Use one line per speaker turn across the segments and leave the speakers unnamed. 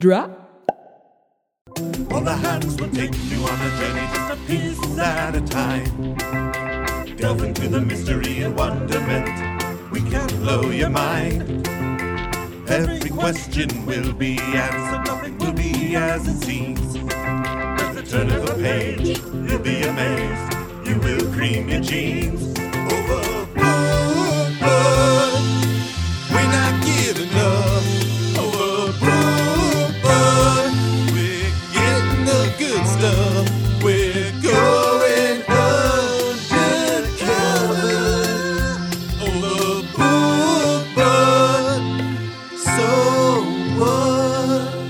drop.
All the hands will take you on a journey just a piece at a time. Delve into the mystery and wonderment. We can blow your mind. Every question will be answered, nothing will be as it seems. At the turn of a page, you'll be amazed. You will cream your jeans. Overboard. We're not giving up. Oh, Overboard. oh. We're getting the good stuff. We're going undercover. Oh, Overboard. So what?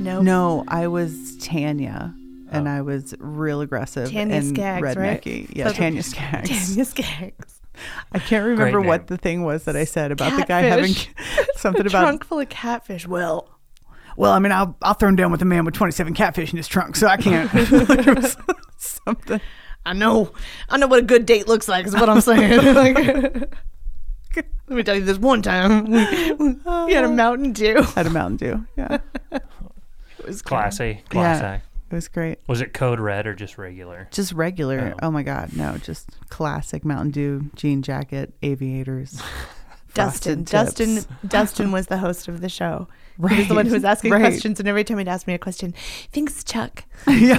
No.
No, I was Tanya, and I was real aggressive
Oh. Tanya
and
Skaggs, right?
rednecky. Yeah,
Okay.
Tanya Skaggs.
Tanya Skaggs.
I can't remember
Great
what
name.
the thing was that I said about the guy having
Catfish.
something
A
about.
trunk full of catfish. Well,
Well, I mean, I'll I'll throw him down with a man with twenty seven catfish in his trunk, so I can't. Like, it was something.
I know. I know what a good date looks like, is what I'm saying. like, let me tell you this one time. We, we
Uh-huh.
had a Mountain Dew.
Had a Mountain Dew. Yeah,
It was
Classy, class
Yeah.
act.
it was great.
Was it code red or just regular?
Just regular.
Oh.
Oh. my God, no, just classic Mountain Dew jean jacket, aviators.
Dustin.
frosted
Dustin
tips.
Dustin was the host of the show. He was the one who was
Right,
asking
right.
questions, and every time he'd ask me a question, thanks, Chuck.
yeah.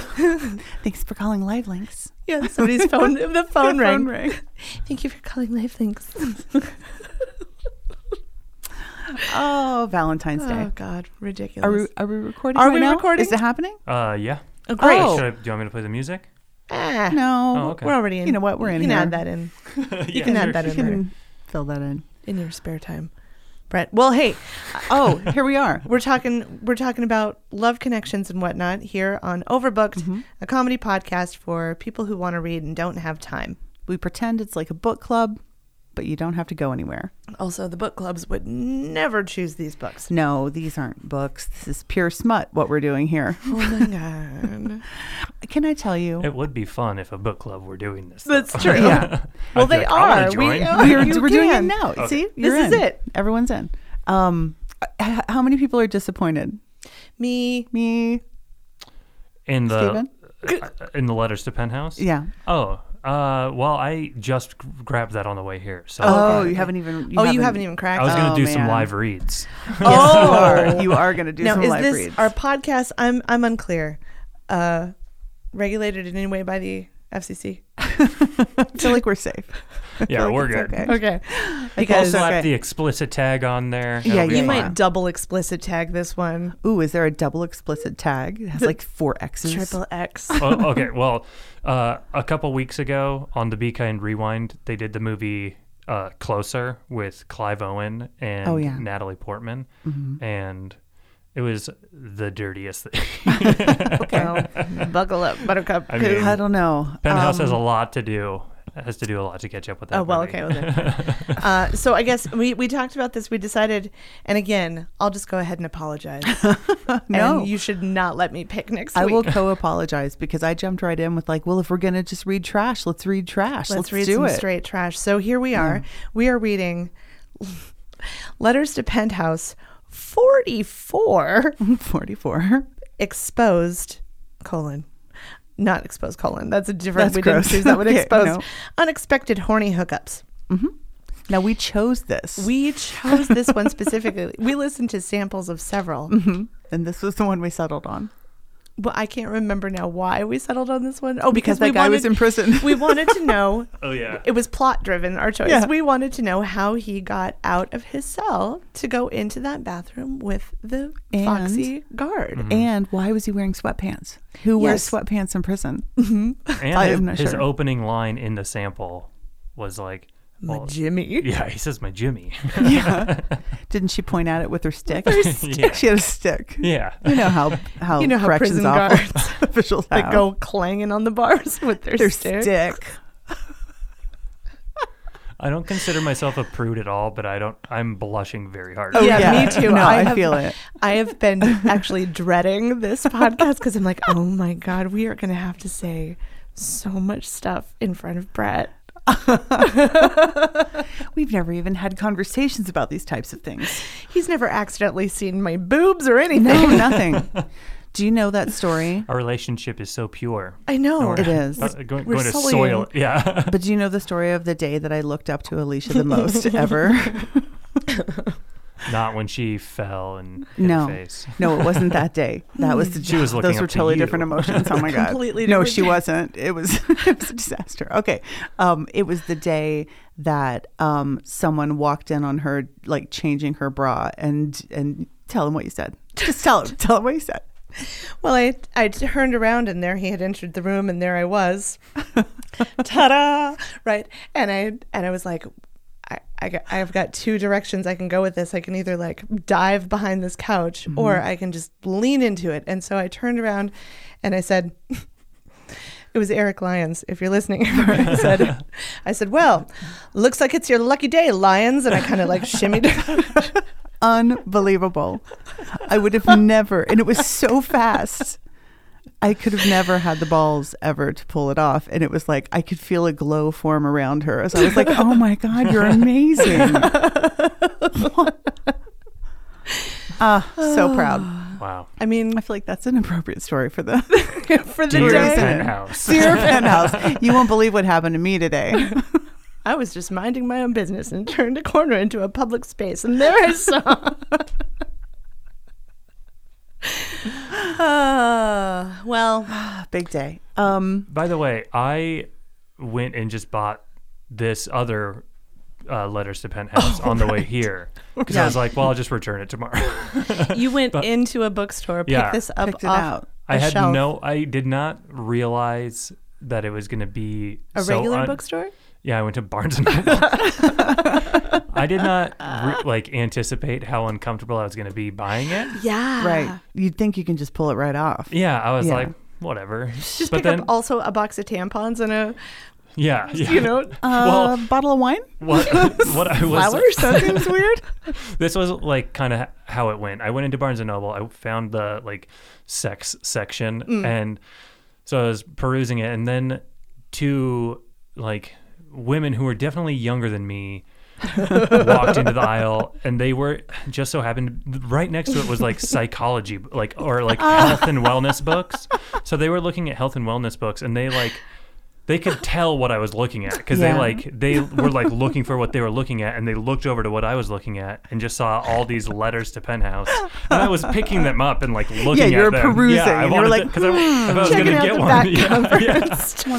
Thanks for calling Live Links.
Yeah, somebody's phone, the phone
Your
rang.
phone rang.
Thank you for calling Lifelinks.
Oh, Valentine's Day.
Oh, God, ridiculous.
Are we, are we recording?
Are
right
we
now?
recording?
Is it happening?
Uh, yeah.
oh, great.
Oh.
Should I, do you want me to play the music?
Ah,
No.
Oh, okay.
We're already in.
You know what? We're
you
in
can
here.
add that in.
you
can add that
You
in there.
can fill that in.
in your spare time, Brett. Well, hey,
Oh, here we are.
we're talking we're talking about love connections and whatnot here on Overbooked,
Mm-hmm.
a comedy podcast for people who want to read and don't have time.
We pretend it's like a book club, but you don't have to go anywhere.
Also, the book clubs would never choose these books.
No, these aren't books. This is pure smut, what we're doing here.
Oh my god,
Can I tell you?
It would be fun if a book club were doing this. though.
that's true.
Yeah.
Well,
I'd be
they
like, I wanna
are. We
join.
are.
We're,
You
we're doing it
can.
now.
Okay.
See? You're
This is
in.
it.
Everyone's in. Um, h- how many people are disappointed?
Me,
Me?
In the
Steven?
uh, in the letters to Penthouse.
Yeah.
Oh, uh, well, I just g- grabbed that on the way here. So
Oh, you haven't even.
oh, you haven't even cracked. Oh.
I was gonna
oh,
do some
man.
live reads.
Yes, you are. You are going to do
now
some
is
live
this
reads.
our podcast? I'm I'm unclear. Uh, regulated in any way by the FCC?
I feel like we're safe.
yeah,
like
we're
it's
good.
okay.
Okay,
I'll
because
also-
slap
okay.
the explicit tag on there.
Yeah,
That'll be
you
you
fine.
might double explicit tag this one.
Ooh, is there a double explicit tag? It has like four X's.
Triple X.
oh, okay. Well, uh, a couple weeks ago on the Be Kind Rewind, they did the movie uh, Closer with Clive Owen and
Oh, yeah.
Natalie Portman,
Mm-hmm.
and it was the dirtiest thing.
Um, Well, buckle up, Buttercup.
I
'cause-
mean,
I don't know.
Penthouse has a lot to do. Has to do a lot to catch up with that.
oh well,
movie.
okay. Well, then. uh, so I guess we we talked about this. We decided, and again, I'll just go ahead and apologize.
No.
and you should not let me pick next
I
week.
will co-apologize because I jumped right in with like, well, if we're gonna just read trash, let's read trash. Let's,
Let's, read
do
some
it. Hmm.
straight trash. So here we are. We are reading letters to Penthouse forty four.
Forty-four.
exposed colon not exposed colon that's a different
That's
we
gross.
didn't choose that one
Okay,
exposed
no.
unexpected horny hookups
Now we chose this,
we chose this one specifically we listened to samples of several
Mm-hmm. and this was the one we settled on.
but i can't remember now why we settled on this one. Oh, because,
Because that
we
guy was
wanted-
in prison.
we wanted to know
Oh yeah.
it was plot driven our choice
Yeah.
we wanted to know how he got out of his cell to go into that bathroom with the
And-
foxy
Mm-hmm.
guard
And why was he wearing sweatpants? Who wears
Yes.
sweatpants in prison? I am
And
not
his, his
sure.
opening line in the sample was like, well,
jimmy
yeah, he says my Jimmy.
yeah. Didn't she point at it with her stick?
stick.
She had a stick.
yeah.
You know how how
You know how
corrections
prison
office-
guards-
officials
that
have.
go clanging on the bars with their,
their
stick.
stick.
I don't consider myself a prude at all, but I don't. I'm blushing very hard.
Oh, Yeah,
Oh, Yeah.
me too.
No, I
have-
feel it.
I have been actually dreading this podcast because I'm like, oh my god, we are going to have to say so much stuff in front of Brett.
We've never even had conversations about these types of things.
He's never accidentally seen my boobs or anything.
No, nothing. Do you know that story?
Our relationship is so pure.
I know.
It is.
Uh, going,
Oh, we're
going to
sullying.
soil. it. Yeah.
But do you know the story of the day that I looked up to Alicia the most ever?
Not when she fell and hit
No.
her face.
No, it wasn't that day. That was the
She was looking
Those were
up to
totally
you.
different emotions. Oh my god.
Completely
No,
different
she
day.
wasn't. It was it was a disaster. Okay. Um it was the day that um someone walked in on her like changing her bra and and tell him what you said. Just tell him. tell him what you said.
Well, I I turned around and there he had entered the room and there I was. Ta-da! Right, and I and I was like. I, I got, I've got two directions I can go with this. I can either like dive behind this couch or I can just lean into it. And so I turned around and I said, It was Eric Lyons, if you're listening. I said, I said, Well, looks like it's your lucky day, Lyons. And I kind of like shimmied.
Unbelievable. I would have never and it was so fast. I could have never had the balls ever to pull it off. And it was like I could feel a glow form around her. So I was like, Oh my God, you're amazing. Ah, so proud.
Wow.
I mean,
I feel like that's an appropriate story for the
for the
Dear
day.
penthouse.
Dear Penthouse. You won't believe what happened to me today.
I was just minding my own business and turned a corner into a public space, and there I saw. uh, well,
Big day. Um,
By the way, I went and just bought this other uh, letters to penthouse
Oh,
on the way here because I was like, well, I'll just return it tomorrow.
you went into a bookstore, picked
Yeah.
this up
Picked it
off
out.
I
a
had
shelf.
no, I did not realize that it was going to be
a
so
regular
un-
bookstore.
Yeah, I went to Barnes and Noble. I did not re- like anticipate how uncomfortable I was going to be buying it.
Yeah,
right. You'd think you can just pull it right off.
Yeah, I was
Yeah.
like, whatever.
Just
but
pick
then,
up also a box of tampons and a
yeah, yeah.
you know um,
Uh, bottle of wine?
what, what I was
Flowers? That seems weird.
this was like kind of how it went. I went into Barnes and Noble. I found the like sex section,
Mm.
and so I was perusing it, and then two like women who were definitely younger than me walked into the aisle, and they were just so happened right next to it was like psychology, like or like
Ah.
health and wellness books. So they were looking at health and wellness books, and they like. They could tell what I was looking at because
Yeah.
they like they were like looking for what they were looking at and they looked over to what I was looking at and just saw all these letters to Penthouse. And I was picking them up and like looking
you were
at them.
perusing,
Yeah, I
and you were
wanted
like,
to- 'cause I, if I was
Checking
gonna
out
get
the
one.
back
yeah, yeah.
Want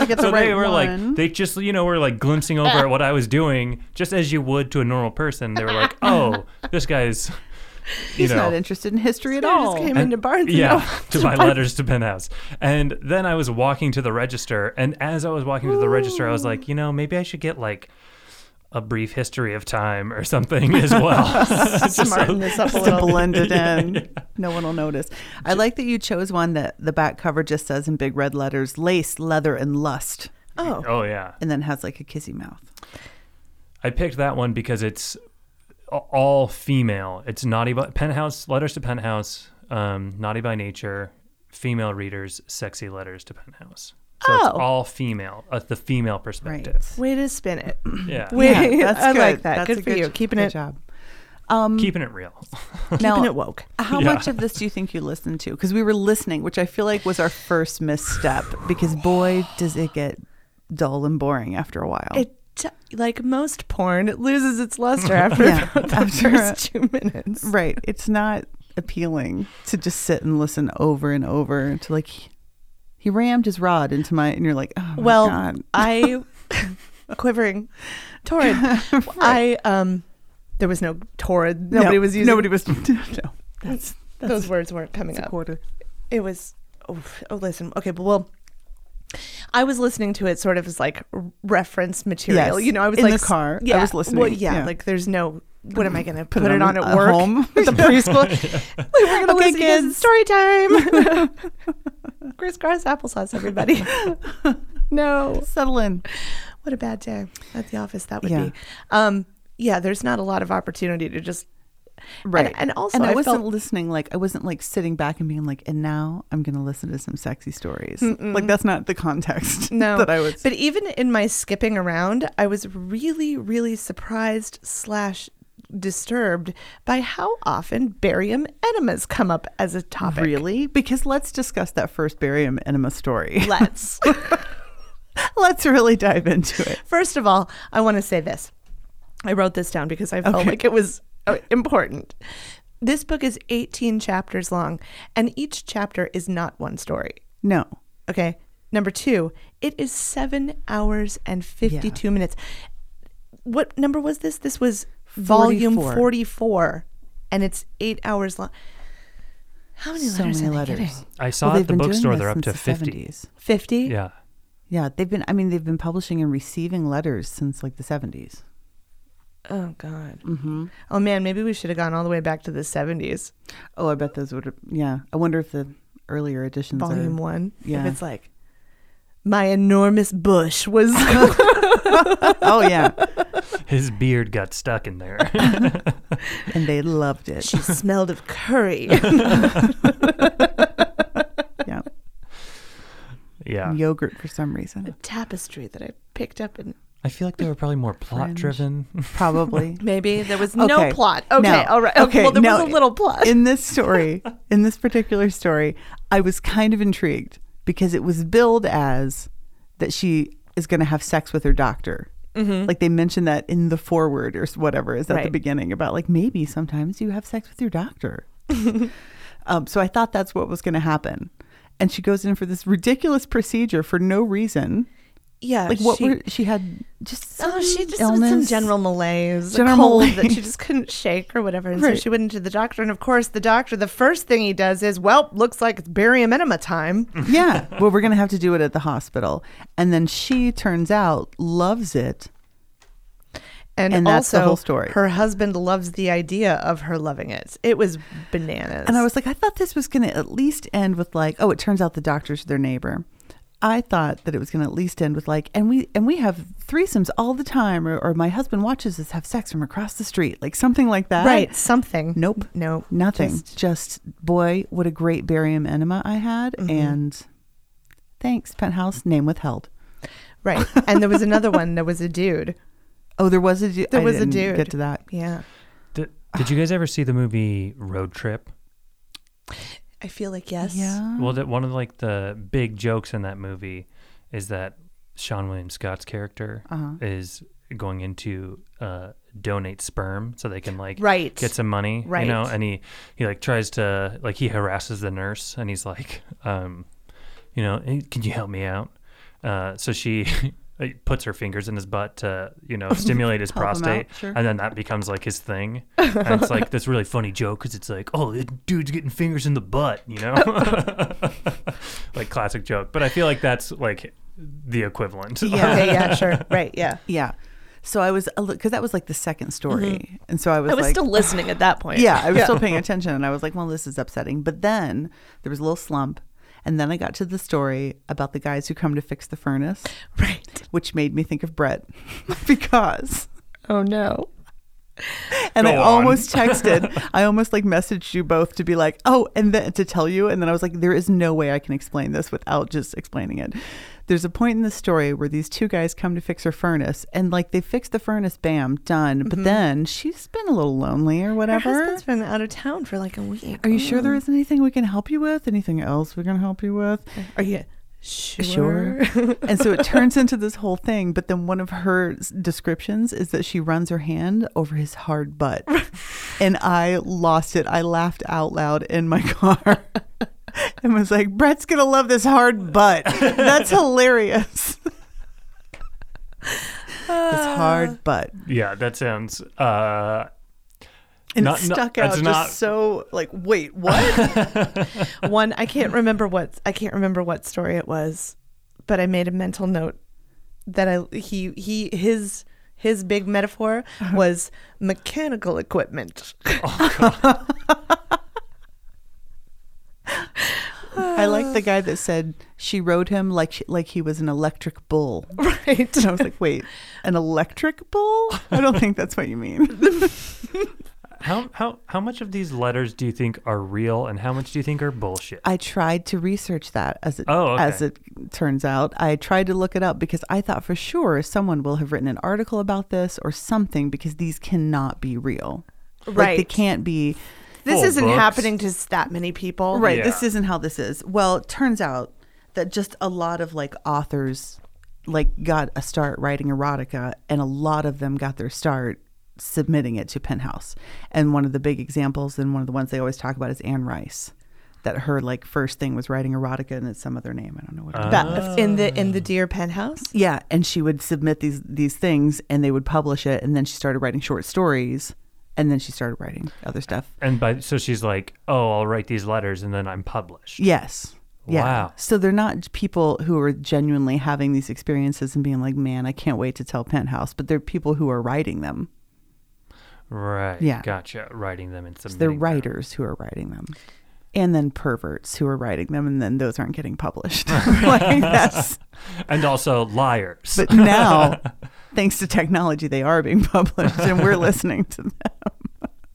to get the
So
right
they were
one.
like, they just, you know, were like glimpsing over at what I was doing, just as you would to a normal person. They were like, oh, this guy's, you
He's
know,
not interested in history at
I just
all.
came
and-
into Barnes. and
yeah,
Noble.
to buy letters to Penthouse. And then I was walking to the register, and as I was walking to the register, I was like, you know, maybe I should get like a brief history of time or something as well. It's just
smarten this up a
to
little.
blend it in. No one will notice. I like that you chose one that the back cover just says in big red letters lace, leather, and lust,
Oh,
oh yeah,
and then has like a kissy mouth.
I picked that one because it's a- all female. It's naughty by Penthouse letters to Penthouse, um, naughty by nature, female readers, sexy letters to Penthouse. So it's
Oh.
all female, uh, the female
Right.
perspective.
way to spin it.
Yeah,
Way,
Yeah, that's
I like
good.
that.
That's
good
a
for
good-
you, keeping
good
it
job.
keeping it real.
keeping
Now-
it woke.
How
Yeah.
much of this do you think you listened to? Because we were listening, which I feel like was our first misstep. Because boy, does it get dull and boring after a while.
it like most porn it loses its luster after
Yeah,
about the
after
first two minutes
right? It's not appealing to just sit and listen over and over to like. He, he rammed his rod into my, and you're like, oh my
well
God.
i quivering torrid i um there was no torrid nobody
No,
was using
Nobody was. no.
that's, those words weren't coming up
quarter.
it was oh, oh listen okay but well I was listening to it sort of as like r- reference material.
Yes.
You know, I was
In
like
the
s-
car, I
Yeah,
was listening.
Well, yeah,
Yeah.
like there's no. What am I going to put,
it
it on,
on
at
at
work
home.
at the preschool? like, we're going to
Okay,
listen to this
kids.
story time. Crisscross applesauce, everybody. no,
Settle in.
what a bad day at the office that would
Yeah.
be. Um, yeah, there's not a lot of opportunity to just
Right.
And, and also,
and I,
I,
wasn't
felt
listening like I wasn't like sitting back and being like, and now I'm gonna listen to some sexy stories. Like that's not the context
no.
that I was
But even in my skipping around, I was really, really surprised slash disturbed by how often barium enemas come up as a topic.
really because let's discuss that first barium enema story.
Let's.
let's really dive into it.
First of all, I want to say this. I wrote this down because I felt
Okay.
like it was uh, important. This book is 18 chapters long, and each chapter is not one story.
No.
Okay. Number two, it is seven hours and 52 minutes. What number was this? This was volume 44,
44.
and it's eight hours long. How many
So
letters
many
are they
letters.
getting?
I saw
Well,
at the
they've been doing
bookstore
this
they're up
since
to
the
50.
70s.
50?
Yeah.
Yeah, they've been I mean, they've been publishing and receiving letters since like the seventies.
Oh, God.
Mm-hmm.
Oh, man, maybe we should have gone all the way back to the 70s.
Oh, I bet those would have yeah. I wonder if the earlier editions are-
volume one.
yeah.
If it's like my enormous bush was
Oh yeah.
His beard got stuck in there.
and they loved it.
she smelled of curry.
Yeah.
yeah.
Yogurt for some reason.
Tapestry that I picked up and
I feel like they were probably more plot driven.
Probably.
maybe there was no
Okay.
plot. Okay,
Now-
all right. Okay, well there
now,
was a little plot.
in this story, in this particular story, I was kind of intrigued because it was billed as that she is going to have sex with her doctor. Like they mentioned that in the foreword or s- whatever is at the
Mm-hmm. Right.
beginning about like maybe sometimes you have sex with your doctor. um, so I thought that's what was going to happen. And she goes in for this ridiculous procedure for no reason.
yeah,
Like what
she,
were she had just
Oh, she
some
just
illness.
was some general malaise,
General
a cold that
malaise.
she just couldn't shake or whatever. And
Right.
so she went into the doctor, and of course, the doctor, the first thing he does is, well, looks like it's barium enema time.
yeah. Well, we're going to have to do it at the hospital. And then she turns out loves it.
And,
And
also,
that's the whole story.
her husband loves the idea of her loving it. It was bananas.
And I was like, I thought this was going to at least end with like, oh, it turns out the doctor's their neighbor. I thought that it was going to at least end with like, and we and we have threesomes all the time, or, or my husband watches us have sex from across the street, like something like that.
Right. Something.
Nope.
Nope.
Nothing. Just,
Just-
boy, what a great barium enema I had,
Mm-hmm.
and thanks, penthouse name withheld.
Right. And there was another one. There was a dude.
Oh, there was a dude.
There
I
was a
didn't
dude.
Get to that.
Yeah.
did, did you guys ever see the movie Road Trip?
I feel like yes.
Yeah.
Well, that one of like the big jokes in that movie is that Sean William Scott's character
Uh-huh.
is going into uh, donate sperm so they can like
Right.
get some money,
Right.
You know, and he he like tries to like he harasses the nurse and he's like, um, you know, "Hey, can you help me out? Uh, so she. like, Puts her fingers in his butt to, you know, stimulate his
Help him out,
prostate,
sure.
and then that becomes like his thing. And it's like this really funny joke because it's like, oh, the dude's getting fingers in the butt, you know, like classic joke. But I feel like that's like the equivalent.
Yeah.
Okay. Yeah. Sure. Right. Yeah.
Yeah. So I was because that was like the second story, and so I was,
I Mm-hmm. was
like,
still listening at that point.
yeah, I was still paying attention, and I was like, well, this is upsetting. But then there was a little slump, and then I got to the story about the guys who come to fix the furnace,
Right.
which made me think of Brett because.
Oh no.
And I
Go on.
almost texted, I almost like messaged you both to be like, oh, and then to tell you. And then I was like, there is no way I can explain this without just explaining it. There's a point in the story where these two guys come to fix her furnace and like they fix the furnace, bam, done. But then she's been a little lonely or
Her
whatever.
husband's been out of town for like a week.
Are you sure there isn't anything we can help you with? Anything else we can help you with?
Are you sure?
and so it turns into this whole thing. But then one of her s- descriptions is that she runs her hand over his hard butt. and I lost it. I laughed out loud in my car and was like, Brett's going to love this hard butt. That's hilarious. this hard butt.
Yeah, that sounds. Uh,
And
Not-
it
not-
stuck out
it's
just
not-
Oh,
so like, wait, what?
One. I can't remember what. I can't remember what story it was, but I made a mental note that I he he his. His big metaphor was mechanical equipment.
I like the guy that said she rode him like she, like he was an electric bull.
Right.
And I was like, wait, an electric bull? I don't think that's what you mean.
how How how how much of these letters do you think are real, and how much do you think are bullshit?
I tried to research that as it
Oh, okay.
as it turns out. I tried to look it up because I thought for sure someone will have written an article about this or something because these cannot be real. Like they
Right.
can't be
This
Full
isn't
books.
happening to s- that many people.
Right.
Yeah.
This isn't how this is. Well, it turns out that just a lot of like authors like got a start writing erotica and a lot of them got their start submitting it to Penthouse. And one of the big examples and one of the ones they always talk about is Anne Rice. That her like first thing was writing erotica and it's some other name. I don't know
Uh.
what it is.
That, in the in the deer penthouse.
Yeah, and she would submit these these things and they would publish it and then she started writing short stories and then she started writing other stuff.
And by so she's like, oh, I'll write these letters, and then I'm published.
Yes. Yeah.
Wow.
So they're not people who are genuinely having these experiences and being like, "Man, I can't wait to tell Penthouse," but they're people who are writing them.
Right.
Yeah.
Gotcha. Writing them and submitting.
They're
them.
writers who are writing them. And then perverts who are writing them, and then those aren't getting published. like that's,
and also liars.
but now, thanks to technology, they are being published, and we're listening to them.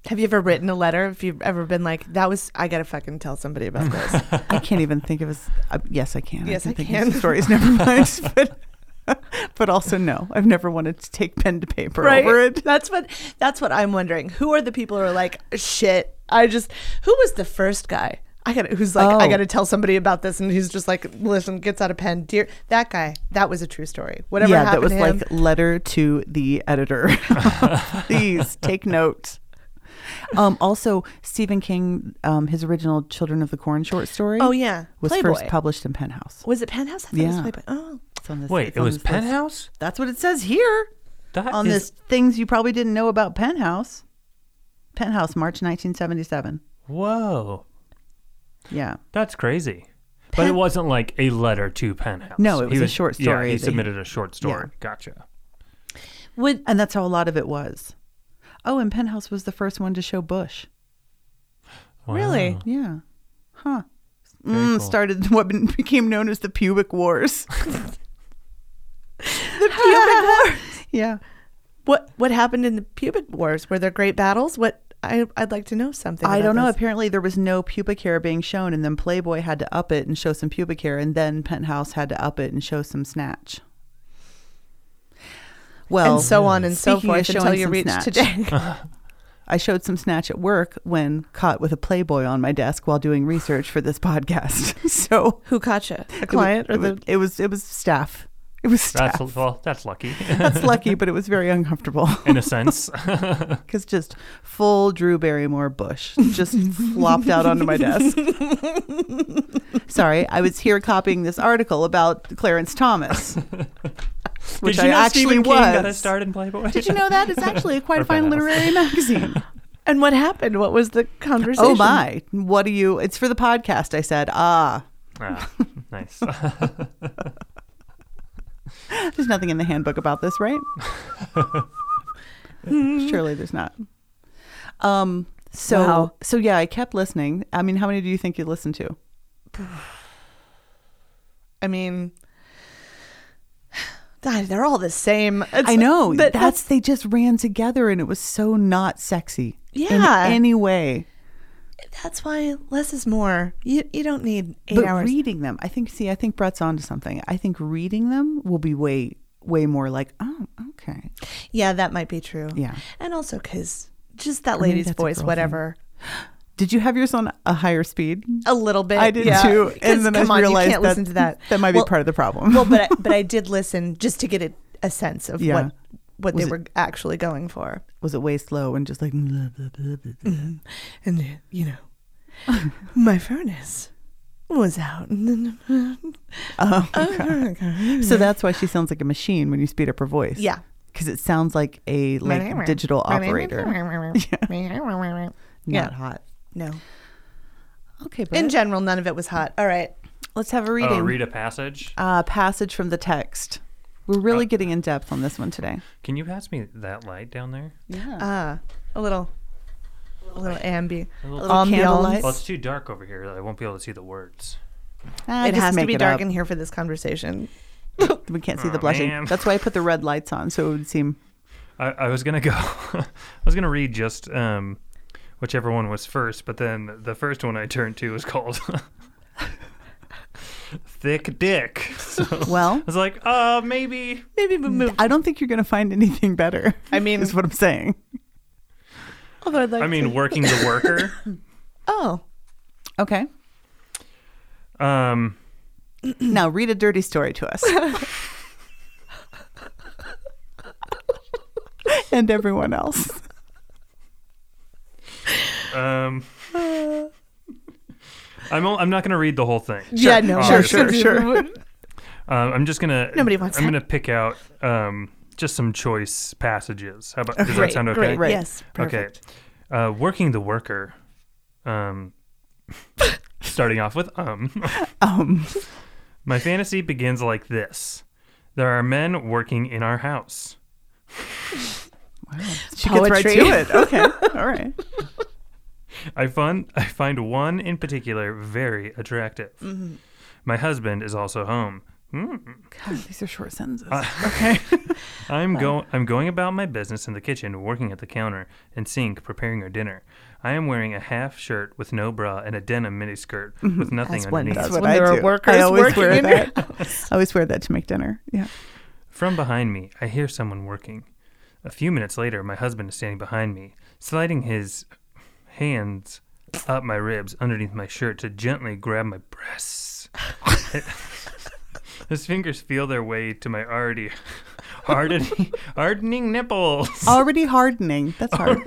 Have you ever written a letter? If you've ever been like, that was I gotta fucking tell somebody about this.
I can't even think of as. Uh, yes, I can.
Yes, I
think of
can.
some stories. Never mind. But, but also, no. I've never wanted to take pen to paper over it.
That's what that's what I'm wondering. Who are the people who are like, shit? I just who was the first guy? I got to who's like I
Oh.
got to tell somebody about this, and he's just like, listen, gets out a pen, dear. That guy, that was a true story. Whatever
yeah, that
happened
was
to him,
like letter to the editor. Please take note. Um, also, Stephen King, um, his original Children of the Corn short story.
Oh, yeah.
was first
Playboy.
published in Penthouse.
was it Penthouse? I thought it was
Yeah.
Playboy. Oh,
It's on this-
Wait,
it's
it
on
was
this list.
Penthouse.
That's what it says here
That
on
is-
this things you probably didn't know about Penthouse. Penthouse, March 1977.
Whoa,
Yeah.
that's crazy. But it wasn't like a letter to Penthouse.
No, it
He
was a short
Yeah,
story
he
that he-
submitted a short story. Gotcha.
would
And that's how a lot of it was. Oh, and Penthouse was the first one to show Bush.
really?
Wow.
Yeah. Huh.
Very
Mm,
cool.
Started what be- became known as the pubic wars.
The pubic wars.
yeah.
What what happened in the pubic wars? Were there great battles? What I I'd like to know something.
I
about
don't know.
this.
Apparently, there was no pubic hair being shown, and then Playboy had to up it and show some pubic hair, and then Penthouse had to up it and show some snatch. Well,
and so on and so
Oh. speaking of
forth until
showing
you
some
reach
snatch,
today.
I showed some snatch at work when caught with a Playboy on my desk while doing research for this podcast. so
Who caught you? A client
it,
or
was,
the?
it was it was staff. It was staff.
That's well, that's lucky
That's lucky, but it was very uncomfortable.
in a sense.
Because just full Drew Barrymore bush just flopped out onto my desk. Sorry, I was here copying this article about Clarence Thomas, which
Did you
I
know
actually
Stephen King
was.
got a start in Playboy?
Did you know that? It's actually quite a
Or
fine
Penthouse.
literary magazine.
And what happened? What was the conversation?
oh my. What do you? It's for the podcast, I said. Ah,
Ah, nice.
there's nothing in the handbook about this, right? Surely there's not. Um, so,
Wow.
so yeah, I kept listening. I mean, how many do you think you listened to?
I mean, God, they're all the same. It's-
I know.
but
that's they just ran together and it was so not sexy.
Yeah.
In any way.
that's why less is more. You you don't need eight
but
hours.
reading them, I think see, I think Brett's onto something. I think reading them will be way way more like, oh, okay.
yeah, that might be true.
Yeah.
and also because just that
maybe
lady's
that's a
voice,
girl
whatever,
Did you have yours on a higher speed?
a little bit.
I did
Oh, yeah.
too. And
'Cause,
then
come
I
on,
realized
you can't
that,
listen to that.
That might
Well-
be part of the problem.
well, but I, but I did listen just to get a, a sense of
Yeah.
what what
Was
they
it-
were actually going for.
was it way slow and just like blah, blah, blah, blah, blah.
and you know, my furnace was out.
Oh, So that's why she sounds like a machine when you speed up her voice.
Yeah.
Because it sounds like a like digital operator.
yeah.
Not hot.
No.
Okay, but
In general, none of it was hot. All right.
let's have a reading.
oh, read a passage.
uh, passage from the text. We're really
Oh.
getting in depth on this one today.
Can you pass me that light down there?
Yeah.
Ah, a little, a little ambi, a
little
little ambiance.
candlelight.
Well, it's too dark over here. I won't be able to see the words.
Ah,
It has to be dark in here for this conversation.
we can't see
Aw,
the blushing.
Oh, man.
That's why I put the red lights on so it would seem.
I, I was gonna go. I was gonna read just um, whichever one was first. But then the first one I turned to was called Thick Dick. So I
Well,
was like, uh, maybe.
Maybe we move.
I don't think you're going to find anything better.
I mean-
is what I'm saying.
Although I'd like
I mean,
to-
working the worker.
oh,
Okay.
Um,
Now read a dirty story to us. and everyone else.
um. I'm, o- I'm not going to read the whole thing.
yeah, no,
Sure,
sure, sure.
Um, I'm just gonna.
Nobody wants
I'm
that.
gonna pick out um, just some choice passages. How about? Does that
Great,
sound okay?
great,
Right.
yes, perfect.
Okay. Uh, working the worker. Um, starting off with um.
Um,
My fantasy begins like this: There are men working in our house.
she gets right
Poetry.
to it. Okay. All right.
I find I find one in particular very attractive.
Mm-hmm.
My husband is also home.
God, these are short sentences.
Uh, I'm go I'm going about my business in the kitchen, working at the counter and sink, preparing her dinner. I am wearing a half shirt with no bra and a denim miniskirt with nothing
As one
underneath.
does.
That's what
when
I
there are
do.
workers
I always
working
wear
in your
that. I always wear that to make dinner. Yeah.
From behind me, I hear someone working. A few minutes later, my husband is standing behind me, sliding his hands up my ribs underneath my shirt to gently grab my breasts. his fingers feel their way to my already hardening, hardening nipples.
Already hardening. That's hard.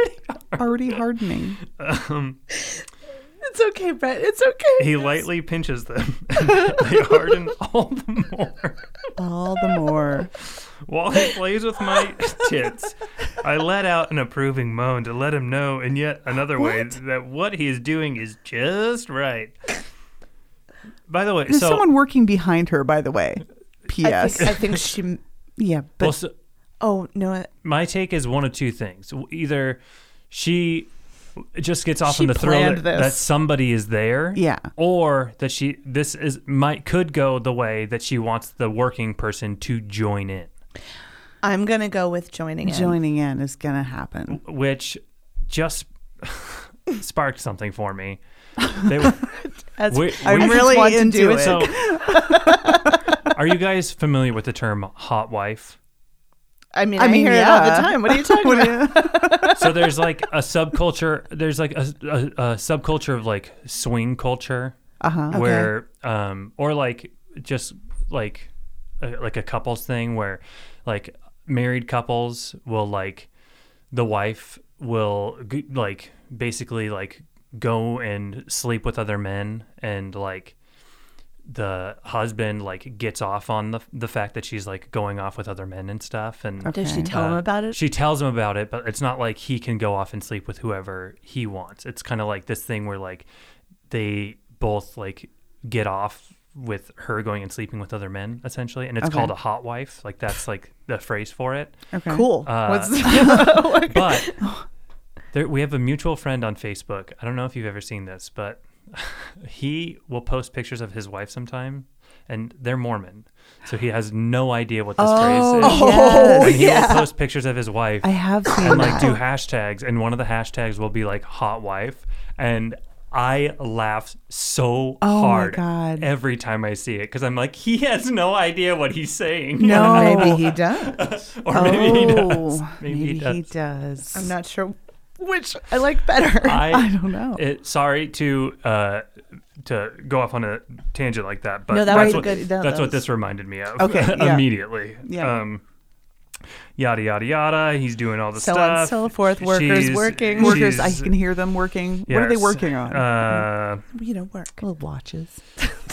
Already hardening.
it's okay, Brett. It's okay.
He lightly pinches them. and they harden all the more.
All the more.
While he plays with my tits, I let out an approving moan to let him know in yet another way that what he is doing is just right. By the way,
There's
so
someone working behind her, by the way.
I
P.S.
think, I think she.
yeah, but
well, so
Oh no,
my take is one of two things: either she just gets off
She
on the thrill
planned
that,
this.
that somebody is there,
Yeah.
or that she this is might could go the way that she wants the working person to join in.
I'm gonna go with joining in.
joining in is gonna happen.
which just sparked something for me. They were,
As,
we-
I'm
we-
really
want to
into
do it.
it.
so. Are you guys familiar with the term hot wife?
I mean, I,
I mean,
hear it all
yeah.
the time. What are you talking
What do
about?
you-
So there's like a subculture. There's like a, a, a subculture of like swing culture,
Uh-huh.
where um or like just like a, like a couples thing where like married couples will like the wife will g- like basically like go and sleep with other men and like the husband like gets off on the the fact that she's like going off with other men and stuff and
Does she
Okay.
tell him
uh,
about it?
She tells him about it, but it's not like he can go off and sleep with whoever he wants. It's kind of like this thing where like they both like get off with her going and sleeping with other men essentially, and it's
Okay.
called a hot wife. Like that's like the phrase for it.
Okay.
cool.
Uh,
What's-
But there, we have a mutual friend on Facebook. I don't know if you've ever seen this, but he will post pictures of his wife sometime, and they're Mormon, so he has no idea what this phrase is.
Oh,
And he
yes.
will post pictures of his wife
I have seen
and like
that.
do hashtags and one of the hashtags will be like hot wife and I laugh so
Oh my
hard
God.
every time I see it because I'm like, he has no idea what he's saying.
No.
Maybe he does.
or maybe he does.
Oh,
Maybe, he does.
does.
I'm not sure which I like better.
I,
I don't know.
It, sorry to uh, to go off on a tangent like that, but
No, that
that's,
was a
what,
good- that
that's what
was-
this reminded me of.
Okay, yeah.
immediately.
Yeah.
Um, yada yada yada. He's doing all the
So
stuff.
on and so forth, workers
She's-
working.
Workers, I
she's-
can hear them working. What are they
Yes.
working on?
Uh,
you know, work.
Little watches.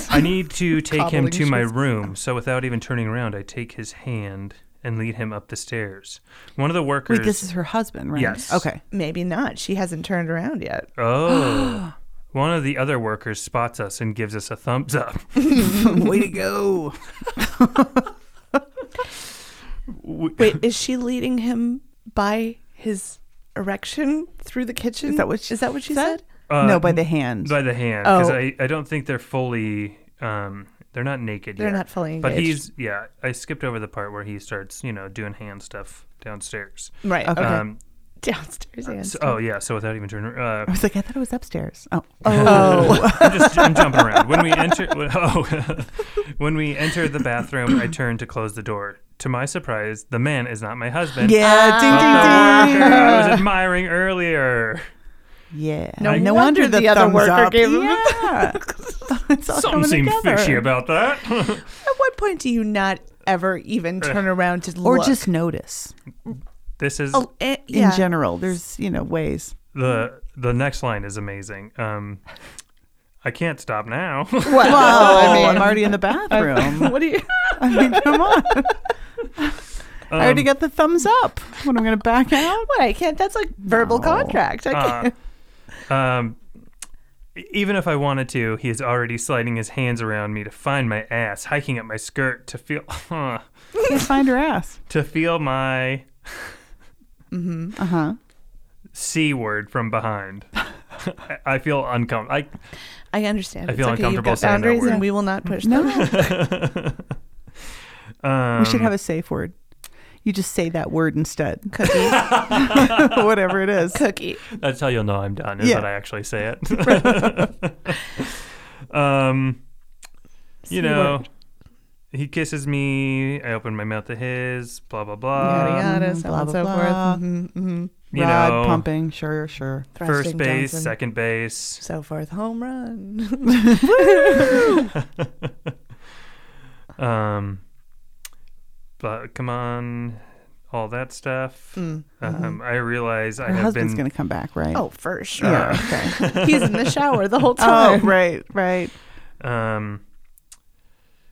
I need to take him
Cobbling
to my
shoes.
room, so without even turning around, I take his hand and lead him up the stairs. One of the workers.
Wait, this is her husband, right?
Yes.
Okay.
Maybe not. She hasn't turned around yet.
oh. One of the other workers spots us and gives us a thumbs up.
Way to go.
Wait, is she leading him by his erection through the kitchen?
Is that what she
is that what she
said?
said?
Uh,
no, by the hand.
By the hand, because
Oh.
I, I don't think they're fully. Um, they're not naked
They're
yet.
not fully
But
engaged.
he's yeah. I skipped over the part where he starts, you know, doing hand stuff downstairs.
Right. Okay.
Um,
downstairs and
So- oh yeah. So without even turning, uh,
I was like, I thought it was upstairs. Oh,
I'm just I'm jumping around. When we enter, when- oh, when we enter the bathroom, I turn to close the door. To my surprise, the man is not my husband.
yeah,
but the
ding, ding,
worker
ding.
I was admiring earlier.
Yeah.
No wonder the other
thumbs
worker
up.
gave him the-
yeah. it's all
Something
coming
seemed
together.
fishy about that.
At what point do you not ever even turn around to
Or
look?
just notice.
this is
Oh, eh, yeah.
In general, there's you know ways.
the the next line is amazing. Um, I can't stop now.
Well,
Oh,
I mean,
I'm already in the bathroom.
what do you?
I mean, come on. I already got the thumbs up. When I'm going to back out.
What I can't. That's like verbal
No.
contract. I can't.
Uh, um, even if I wanted to, he is already sliding his hands around me to find my ass, hiking up my skirt to feel
Can't find her ass.
to feel my
Uh huh.
c word from behind. I- I feel uncomfortable.
I understand.
I feel
it's okay. You've
uncomfortable
got
saying that
boundaries, and
word.
we will not push
No,
them.
Um,
we should have a safe word. You just say that word instead. Cookie. Whatever it is.
Cookie.
That's how you'll know I'm done. Is
Yeah.
that I actually say it. um, you know, he kisses me. I open my mouth to his. Blah blah blah.
Yada yada.
Mm,
So
blah,
on and so
blah,
forth.
blah.
Mhm, mhm.
You
Rod
know,
pumping. Sure, sure.
first
Thrusting,
base,
Johnson,
second base.
So forth. Home run.
Um, but come on, all that stuff. Um, I realize
Mm,
I
mm-hmm. Her
have
husband's
been.
going to come back, right?
Oh, for sure.
yeah. okay.
He's in the shower the whole
Oh,
time.
right, right.
Um,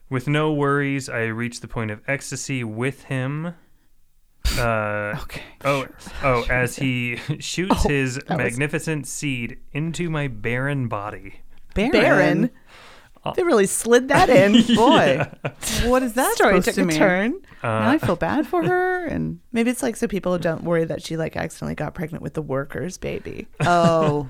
with no worries, I reach the point of ecstasy with him. Uh,
Okay.
oh, oh! As he shoots his
was-
magnificent seed into my barren body.
Baron.
Baron. They really slid that in, boy.
What is that
Story
supposed
took
to
a
mean?
turn.
Uh,
now I feel bad for her, and
Maybe it's like so people don't worry that she like accidentally got pregnant with the workers' baby.
oh,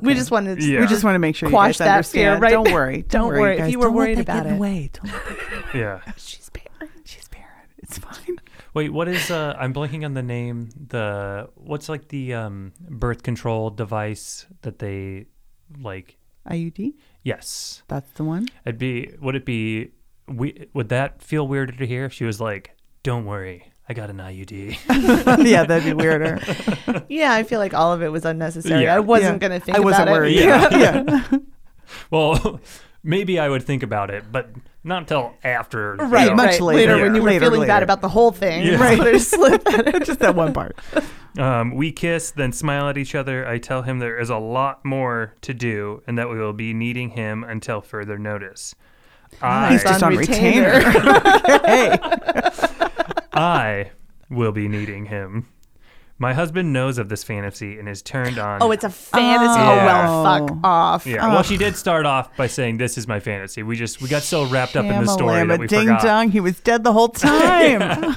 We just wanted to
Yeah.
we just want to make sure you
Quash
guys
that fear,
understand.
right?
Don't worry,
Don't
don't,
worry. If
guys.
you were
Don't let
worried
that
about
get in the
it.
way. Don't let that-
Yeah.
she's barren.
she's Baron. It's fine.
Wait, what is uh I'm blanking on the name. The what's like the um birth control device that they like
IUD.
yes.
That's the one.
It'd be would it be we would that feel weirder to hear if she was like, Don't worry, I got an IUD.
yeah, that'd be weirder.
Yeah, I feel like all of it was unnecessary.
Yeah.
I wasn't
Yeah.
gonna think
I wasn't
about
worried.
it.
Yeah.
well, maybe I would think about it, but not until after you
Right,
know.
much
right.
later.
when you were
Later,
feeling bad
later.
about the whole thing.
Yeah.
Right. slid that in.
just that one part.
Um, we kiss, then smile at each other. I tell him there is a lot more to do and that we will be needing him until further notice. I,
He's just on retainer. hey,
I will be needing him. My husband knows of this fantasy and is turned on.
Oh, it's a fantasy. Oh, well, fuck
Oh.
off.
yeah. Well, she did start off by saying, "This is my fantasy." We just we got so wrapped up in the story that we
Shamalama, ding
forgot.
dong. He was dead the whole time.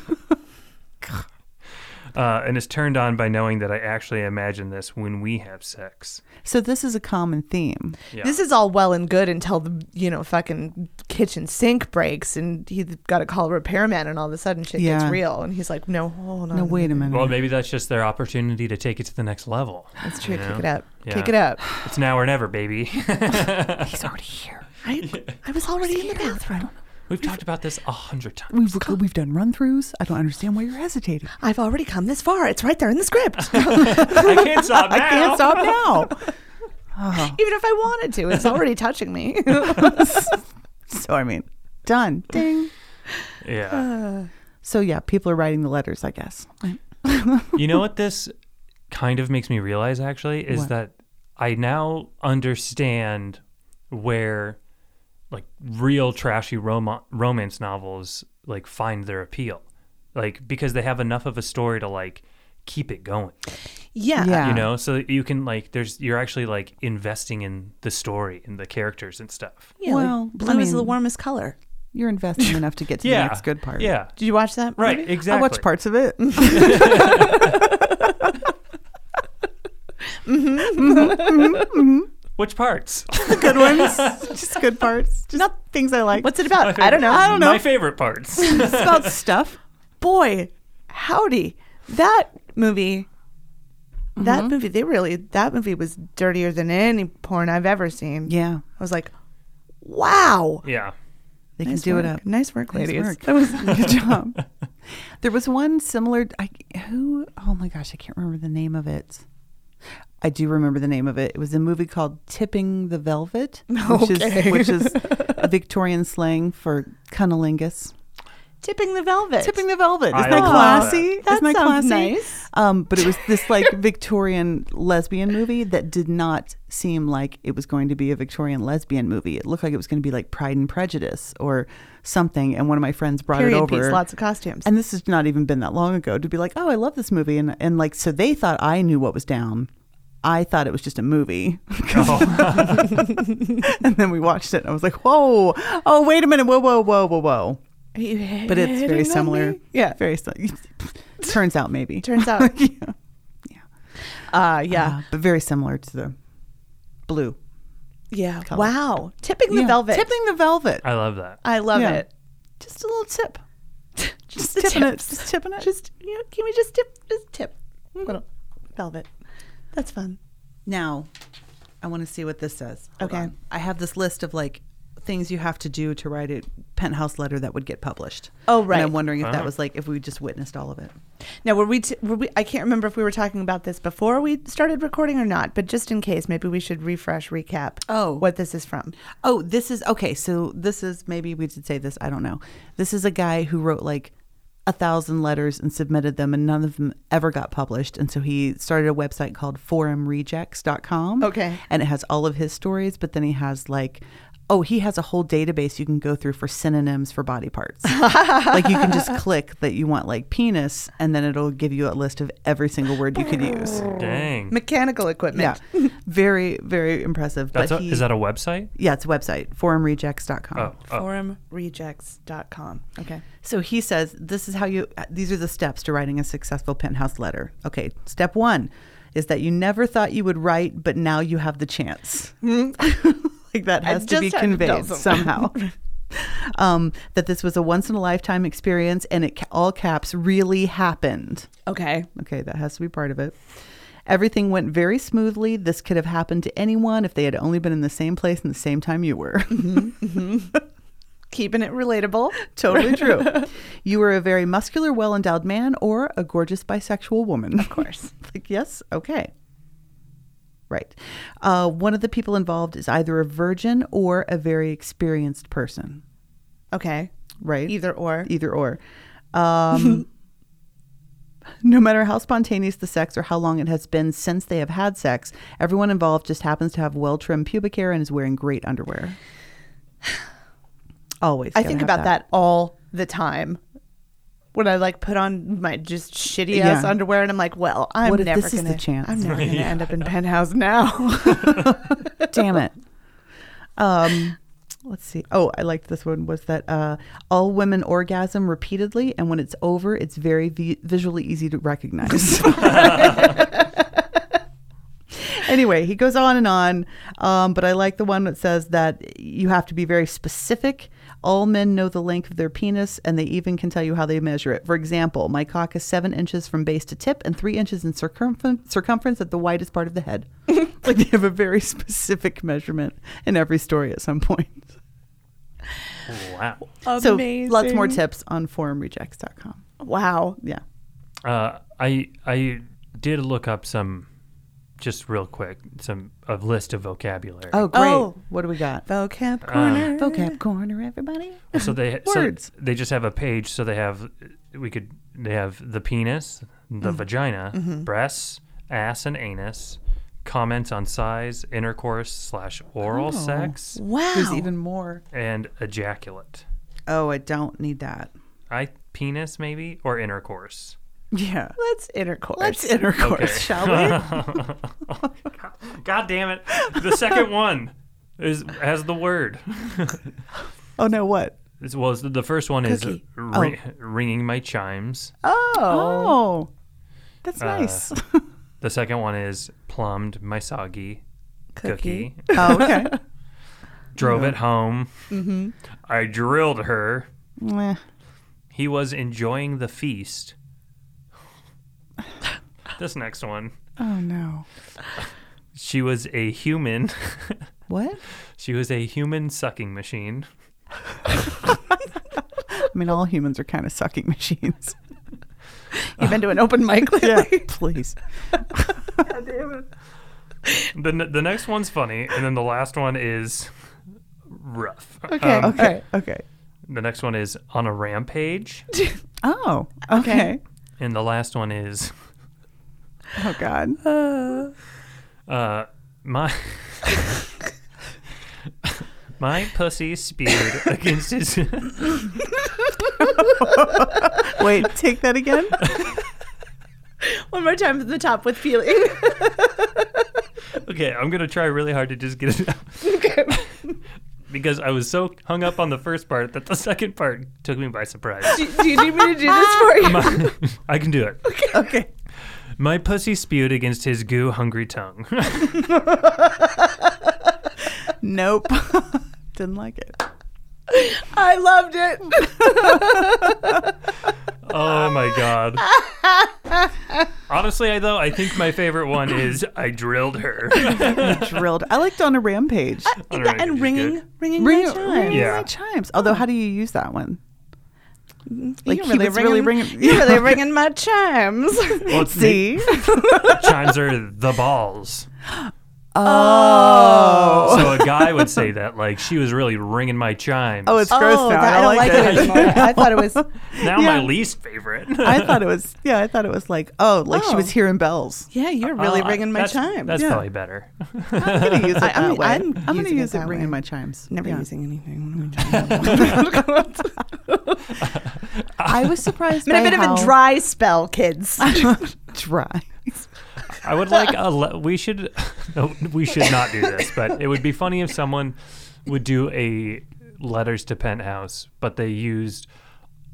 Uh, and is turned on by knowing that I actually imagine this when we have sex.
so this is a common theme.
Yeah.
This is all well and good until the you know fucking kitchen sink breaks and he's got to call a repairman and all of a sudden shit
Yeah.
gets real and he's like, no, hold on,
No, wait a minute.
well, maybe that's just their opportunity to take it to the next level.
that's true.
you know?
Kick it up,
Yeah.
kick it up.
It's now or never, baby.
He's already here.
I, I was already in the bathroom.
We've talked about this a hundred times.
We've we've done run throughs. I don't understand why you're hesitating.
I've already come this far. It's right there in the script. Even
I can't stop now.
I can't stop now.
if I wanted to, it's already touching me.
So I mean, done. Ding.
Yeah.
So yeah, people are writing the letters, I guess.
you know what this kind of makes me realize actually is
What?
that I now understand where like real trashy rom- romance novels like find their appeal. Like because they have enough of a story to like keep it going.
yeah.
Yeah.
You know, so that you can like there's you're actually like investing in the story and the characters and stuff.
Yeah, like,
Well, I
blue is the
mean-
warmest color.
You're investing enough to get to
Yeah.
the next good part.
Yeah.
Did you watch that?
Right,
movie?
exactly.
I watched parts of it.
Which parts?
good ones. Just good parts. Just Not things I like.
What's it about? I don't know.
I don't know.
My favorite parts.
it's about stuff.
Boy, howdy, that movie
Mm-hmm.
That movie, they really, that movie was dirtier than any porn I've ever seen.
Yeah.
I was like, wow.
Yeah.
They can do
work.
it up.
Nice work,
Nice
ladies.
work. That was good job. There was one similar. I who? Oh my gosh, I can't remember the name of it. I do remember the name of it. It was a movie called "Tipping the Velvet," which
Okay.
is which is a Victorian slang for cunnilingus.
Tipping the velvet.
Tipping the velvet. Isn't
I
that
love
classy?
that.
Isn't
That
that
sounds
classy?
nice.
Um, but it was this like Victorian lesbian movie that did not seem like it was going to be a Victorian lesbian movie. It looked like it was going to be like Pride and Prejudice or something. And one of my friends brought it
period
over.
piece. Lots of costumes.
and this has not even been that long ago to be like, oh, I love this movie, and and like so they thought I knew what was down. I thought it was just a movie,
Oh.
and then we watched it, and I was like, whoa, oh, wait a minute, whoa, whoa, whoa, whoa, whoa.
Are you
But it's
hitting on
very similar.
me? Yeah.
very similar. Turns out maybe.
Turns out.
yeah.
Uh, yeah.
Uh, but very similar to the blue.
yeah.
color.
Wow. Tipping the
Yeah.
velvet.
Tipping the velvet.
I love that.
I love
Yeah.
it.
Just a little tip.
Just,
tipping it.
tips.
Just tipping it. Mm-hmm.
Just, you know, can we just tip? Just tip. Little velvet. That's fun.
Now, I want to see what this says. Hold
Okay.
on. I have this list of like things you have to do to write a penthouse letter that would get published.
Oh,
And
right.
I'm wondering if that
Ah.
was like if we just witnessed all of it.
Now, were we, t- were we? I can't remember if we were talking about this before we started recording or not, but just in case, maybe we should refresh, recap.
Oh.
what this is from?
Oh, this is okay. So this is maybe we should say this. I don't know. This is a guy who wrote like a thousand letters and submitted them, and none of them ever got published. And so he started a website called forumrejects.com.
Okay.
And it has all of his stories, but then he has like, oh, he has a whole database you can go through for synonyms for body parts. like you can just click that you want like penis, and then it'll give you a list of every single word you could use.
Dang.
Mechanical
Yeah.
equipment.
Very, very impressive.
That's
but
a,
he-
is that a website?
yeah, it's a website, forumrejects.com.
Oh, oh.
Forumrejects.com. Okay.
So he says, this is how you, these are the steps to writing a successful penthouse letter. Okay, step one is that you never thought you would write, but now you have the chance. like that has to
just
be
had to tell
conveyed
someone.
somehow. um, that this was a once in a lifetime experience and it ca- all caps really happened.
Okay.
Okay, that has to be part of it. Everything went very smoothly. This could have happened to anyone if they had only been in the same place and the same time you were.
Keeping it relatable.
totally true. You were a very muscular, well endowed man or a gorgeous bisexual woman. Of course. like, yes, okay. Right. Uh, one of the people involved is either a virgin or a very experienced person.
Okay.
Right.
Either or.
Either or. Um, no matter how spontaneous the sex or how long it has been since they have had sex, everyone involved just happens to have well trimmed pubic hair and is wearing great underwear. Always.
I
gotta
think
have
about that. all the time. When I like put on my just shitty
Yeah.
ass underwear and I'm like, well, I'm
What if
never
this is
gonna
the chance?
I'm never gonna end up in penthouse now.
Damn it. Um, let's see. Oh, I liked this one. Was that uh, all women orgasm repeatedly, and when it's over, it's very vi- visually easy to recognize. anyway, he goes on and on, um, but I like the one that says that you have to be very specific. All men know the length of their penis, and they even can tell you how they measure it. For example, my cock is seven inches from base to tip, and three inches in circumference circumference at the widest part of the head. like they have a very specific measurement in every story at some point.
Wow.
Amazing.
So lots more tips on forumrejects.com.
Wow.
Yeah.
Uh, I I did look up some, just real quick, some a list of vocabulary.
Oh, great.
Oh.
What do we got?
Vocab corner.
Vocab corner, everybody.
so they
Words.
So they just have a page. So they have we could they have the penis, the vagina, breasts, ass, and anus. Comments on size, intercourse slash oral sex,
wow.
There's even more.
and ejaculate.
Oh, I don't need that.
I penis maybe or intercourse.
Yeah.
Let's intercourse.
Let's intercourse,
Okay.
shall we?
God damn it! The second one is has the word.
oh no, what?
This was the first one is
Cookie.
ri- ringing my chimes.
oh.
Oh, that's nice.
The second one is plumbed my soggy cookie.
oh, okay.
Drove it home. I drilled her.
Meh.
He was enjoying the feast. this next one
Oh no.
She was a human.
What?
she was a human sucking machine.
I mean, all humans are kind of sucking machines.
You've been to an open mic lately.
Please.
The n- the next one's funny, and then the last one is rough.
Okay.
Um,
Okay.
All right.
Okay.
The next one is on a rampage,
Oh. Okay.
and the last one is
Oh God.
uh my my pussy speared against his.
Wait. Take that again.
One more time from the top with feeling.
okay, I'm gonna try really hard to just get it out.
okay.
because I was so hung up on the first part that the second part took me by surprise.
Do, do you need me to do this for you?
My- I can do it.
Okay.
My pussy spewed against his goo hungry tongue.
Nope. Didn't like it.
I loved it.
oh my god. Honestly, I, though, I think my favorite one is I drilled her.
Drilled. I liked on a rampage.
On a rampage is
and ringing,
good.
ringing,
Ring,
ringing chime.
ringing
Yeah.
my chimes. Although, how do you use that one? Like
you're
he
really
was really
ringing,
ringing-
You're really
Yeah.
ringing my chimes.
Well, it's
See.
the- chimes are the balls.
Oh.
So a guy would say that, like, she was really ringing my chimes.
Oh, it's gross now.
that-
I don't like, it.
anymore. I thought it was.
now
yeah.
my least favorite.
I thought it was. Yeah, I thought it was like. Oh, like she
Oh.
was hearing bells.
Yeah, you're really
Uh,
ringing my
that's-
chime.
That's
Yeah.
probably better.
I'm gonna use it
I-
that
I'm-
way.
I'm
I'm gonna
using it
use it,
that
ringing
way.
my chimes.
Never
Yeah.
using anything.
I was surprised.
I'm in a
by
bit
how
of a dry spell, kids.
dry.
I would like a. Le- we should. No, we should not do this. But it would be funny if someone would do a letters to penthouse, but they used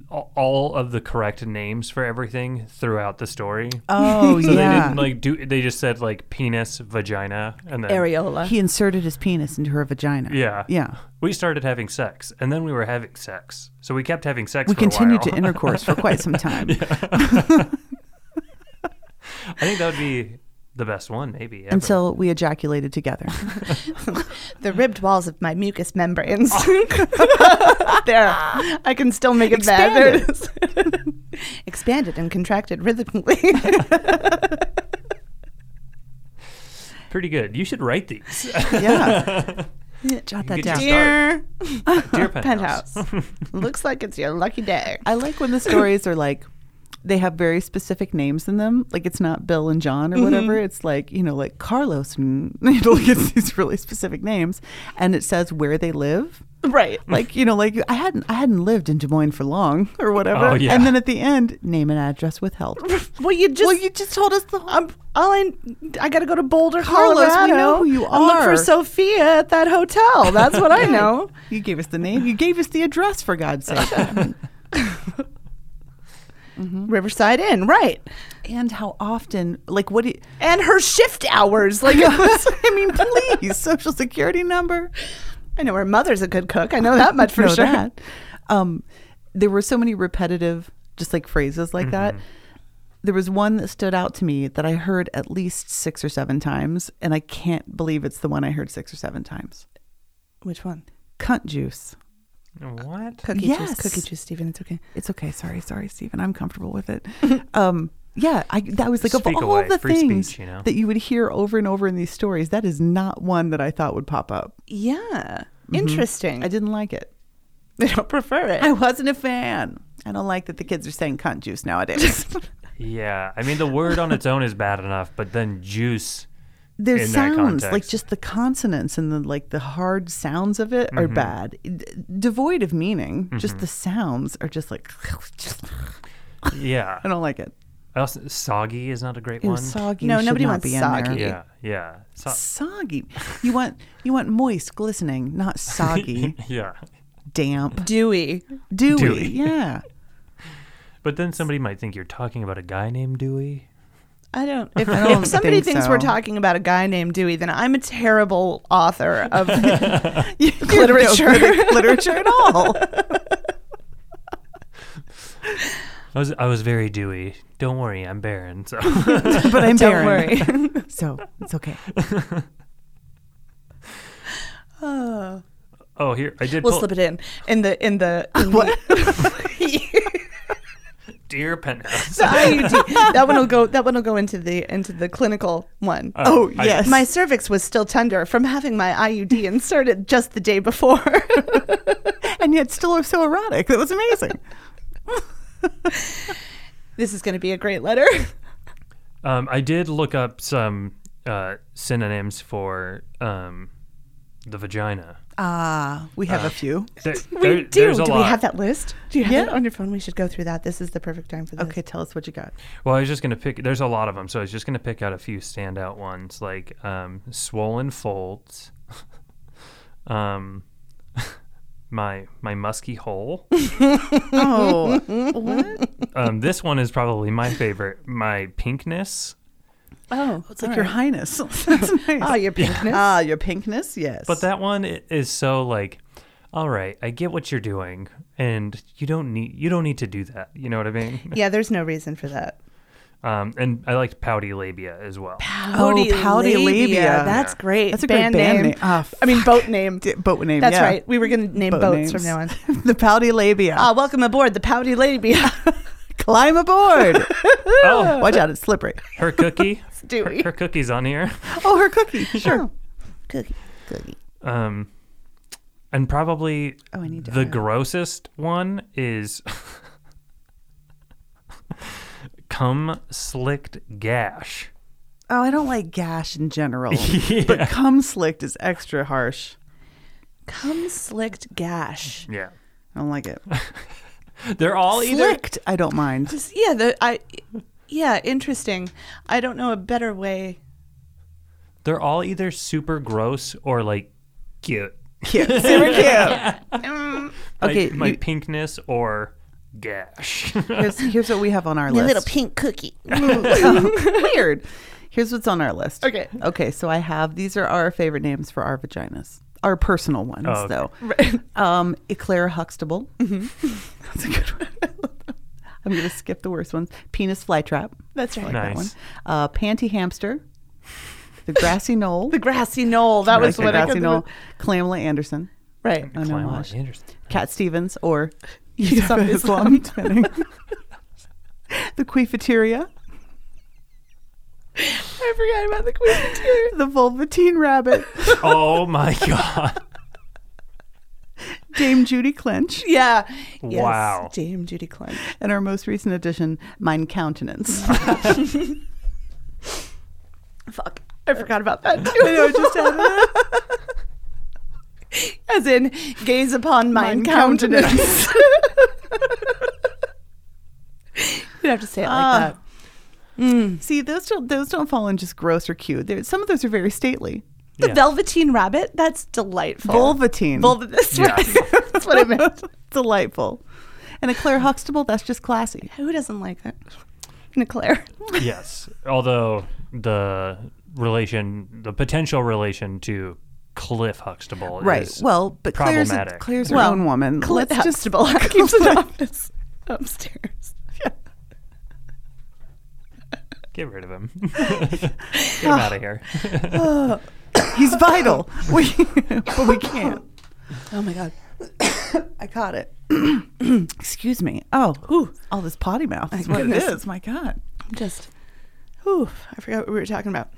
a- all of the correct names for everything throughout the story.
Oh
so they
yeah.
didn't like do. They just said like penis, vagina, and then
Areola.
he inserted his penis into her vagina.
Yeah.
Yeah.
We started having sex, and then we were having sex. So we kept having sex.
We
for a
continued
while.
to intercourse for quite some time.
I think that would be the best one, maybe. ever.
Until we ejaculated together.
the ribbed walls of my mucous membranes. there, I can still make it bad. There it is. Expanded and contracted rhythmically.
pretty good. You should write these.
Yeah. Jot that
Get your
down.
Dear
Dear
penthouse,
penthouse.
looks like it's your lucky day.
I like when the stories are like they have very specific names in them. Like it's not Bill and John or whatever. It's like, you know, like Carlos and you know, like it's these really specific names and it says where they live.
Right.
Like, you know, like I hadn't I hadn't lived in Des Moines for long or whatever.
Oh, yeah.
And then at the end, name and address withheld.
Well, you just.
well, you just told us the
I'm, all I, I got to go to Boulder,
Carlos, we
Colorado.
know who you
and look for
are.
Sophia at that hotel. That's what I know.
You gave us the name. You gave us the address for God's sake.
Riverside Inn, right?
and how often like what do you
And her shift hours, like it was.
I mean, please, social security number.
I know her mother's a good cook. I know that much for
know
sure.
that. Um, there were so many repetitive, just like phrases like that. There was one that stood out to me that I heard at least six or seven times, and I can't believe it's the one I heard six or seven times.
Which one?
Cunt juice.
What?
Cookie
Yes.
juice, cookie juice, Stephen. It's okay.
It's okay. Sorry, sorry, Stephen. I'm comfortable with it. um, yeah, I, that was like
Speak
of all
away.
the
Free
things
speech, you know.
that you would hear over and over in these stories. That is not one that I thought would pop up.
Yeah, Mm-hmm. interesting.
I didn't like it.
I don't prefer it.
I wasn't a fan. I don't like that the kids are saying cunt juice nowadays.
Yeah, I mean the word on its own is bad enough, but then juice.
their
in that
sounds like
context.
just the consonants and the like the hard sounds of it are bad D- devoid of meaning just the sounds are just like
Yeah,
i don't like it
I also, soggy is not a great
Ew,
one.
soggy
No,
should
nobody
not
wants
be in
soggy.
there.
yeah, yeah, so-
soggy you want you want moist glistening not soggy
yeah.
damp
Dewey.
dewy,
Dewy.
yeah
But then somebody might think you're talking about a guy named Dewey.
I don't. If,
I don't
if somebody
think
thinks we're
so.
talking about a guy named Dewey, then I'm a terrible author of
You're no
literature.
critic literature at all
I was I was very dewy. Don't worry, I'm barren. So
but I'm
Don't
barren.
worry.
So it's okay.
oh.
oh here I did
We'll
pull
slip it in in the in the in
What?
The,
dear penthouse.
the IUD. That one will go. That one will go into the into the clinical one.
Oh,
I-
yes.
My cervix was still tender from having my IUD inserted just the day before.
and yet still so erotic. That was amazing.
this is going to be a great letter.
Um, I did look up some uh, synonyms for um, the vagina.
Ah, we have a few.
There,
We
there-
do.
There's a
Do
lot.
we have that list? Do you have
Yeah.
that on your phone? We should go through that. This is the perfect time for this.
Okay, tell us what you got.
Well, I was just gonna pick. There's a lot of them, so I was just gonna pick out a few standout ones, like um, swollen folds, um, my my musky hole.
Oh, what?
um, this one is probably my favorite. My pinkness,
Oh,
It's like your highness. That's nice.
Oh, your pinkness.
Ah, your pinkness. Yes.
but that one i- is so like. All right, I get what you're doing, and you don't need you don't need to do that. You know what I mean?
yeah, there's no reason for that.
Um, and I liked pouty labia as well.
Pouty Pouty labia. Oh, labia.
That's great.
That's a great band name. Ah,
I mean, boat name.
D- boat name.
That's
yeah.
right. We were going to name
Boat
boats
names.
from now on.
the pouty labia.
Ah, welcome aboard the Pouty Labia.
Climb aboard.
Oh,
Watch out, it's slippery.
her cookie.
Stewie.
Her, her cookie's on here.
Oh, her cookie. Sure.
Cookie. Cookie.
Um, and probably
Oh, I need to
the
hire-
grossest one is cum slicked gash.
Oh, I don't like gash in general,
Yeah.
but cum slicked is extra harsh.
Cum slicked gash.
Yeah,
I don't like it.
they're all either
Slicked, I don't mind.
Just- Yeah, the I. Yeah, interesting. I don't know a better way.
they're all either super gross or like cute.
Cute. Super cute. Um,
Mm,
Like,
Okay,
my
you-
pinkness or gash.
Here's, here's what we have on our
my
list. Oh,
little pink cookie.
Weird. Here's what's on our list.
Okay.
Okay, so I have these are our favorite names for our vaginas. Our personal ones,
Oh, okay.
though. Um, Eclair Huxtable.
Mm-hmm.
That's a good one. I'm going to skip the worst ones. Penis Flytrap.
That's
I
right.
like that one.
Nice.
Uh, Panty Hamster. The Grassy Knoll.
The grassy knoll. That was
the
what I
Grassy
could
Knoll. Clamla Anderson.
Right.
Unwashed.
Anderson.
Cat Stevens or Yusuf Islam, depending. the Queefateria,
I forgot about the queen of tears.
the Vulvatine Rabbit,
Oh my god!
Dame Judy Clench,
Yeah. Yes.
Wow.
Dame Judy Clench.
and our most recent addition, Mine Countenance.
Fuck. I forgot about that too. As in, gaze upon mine,
Mine
countenance. You'd have to say it like
Ah.
that.
See, those don't those don't fall in just gross or cute. There some of those are very stately.
The
Yeah.
velveteen rabbit. That's delightful.
Vulvatine,
Vulva. That's, right. that's what I meant.
delightful, and a Claire Huxtable. That's just classy.
Who doesn't like that? Niclaire.
yes, although the relation, the potential relation to Cliff Huxtable,
Right.
Is
Well, but Claire's a,
problematic.
Claire's her own woman.
Clint
Let's just
Huxtable keeps an office upstairs.
Get rid of him. Get him out of here.
he's vital. We, but we can't.
Oh my god.
I caught it. Excuse me. Oh, all this potty mouth is what
goodness.
it is. My God.
I'm just. Whew, I forgot what we were talking about.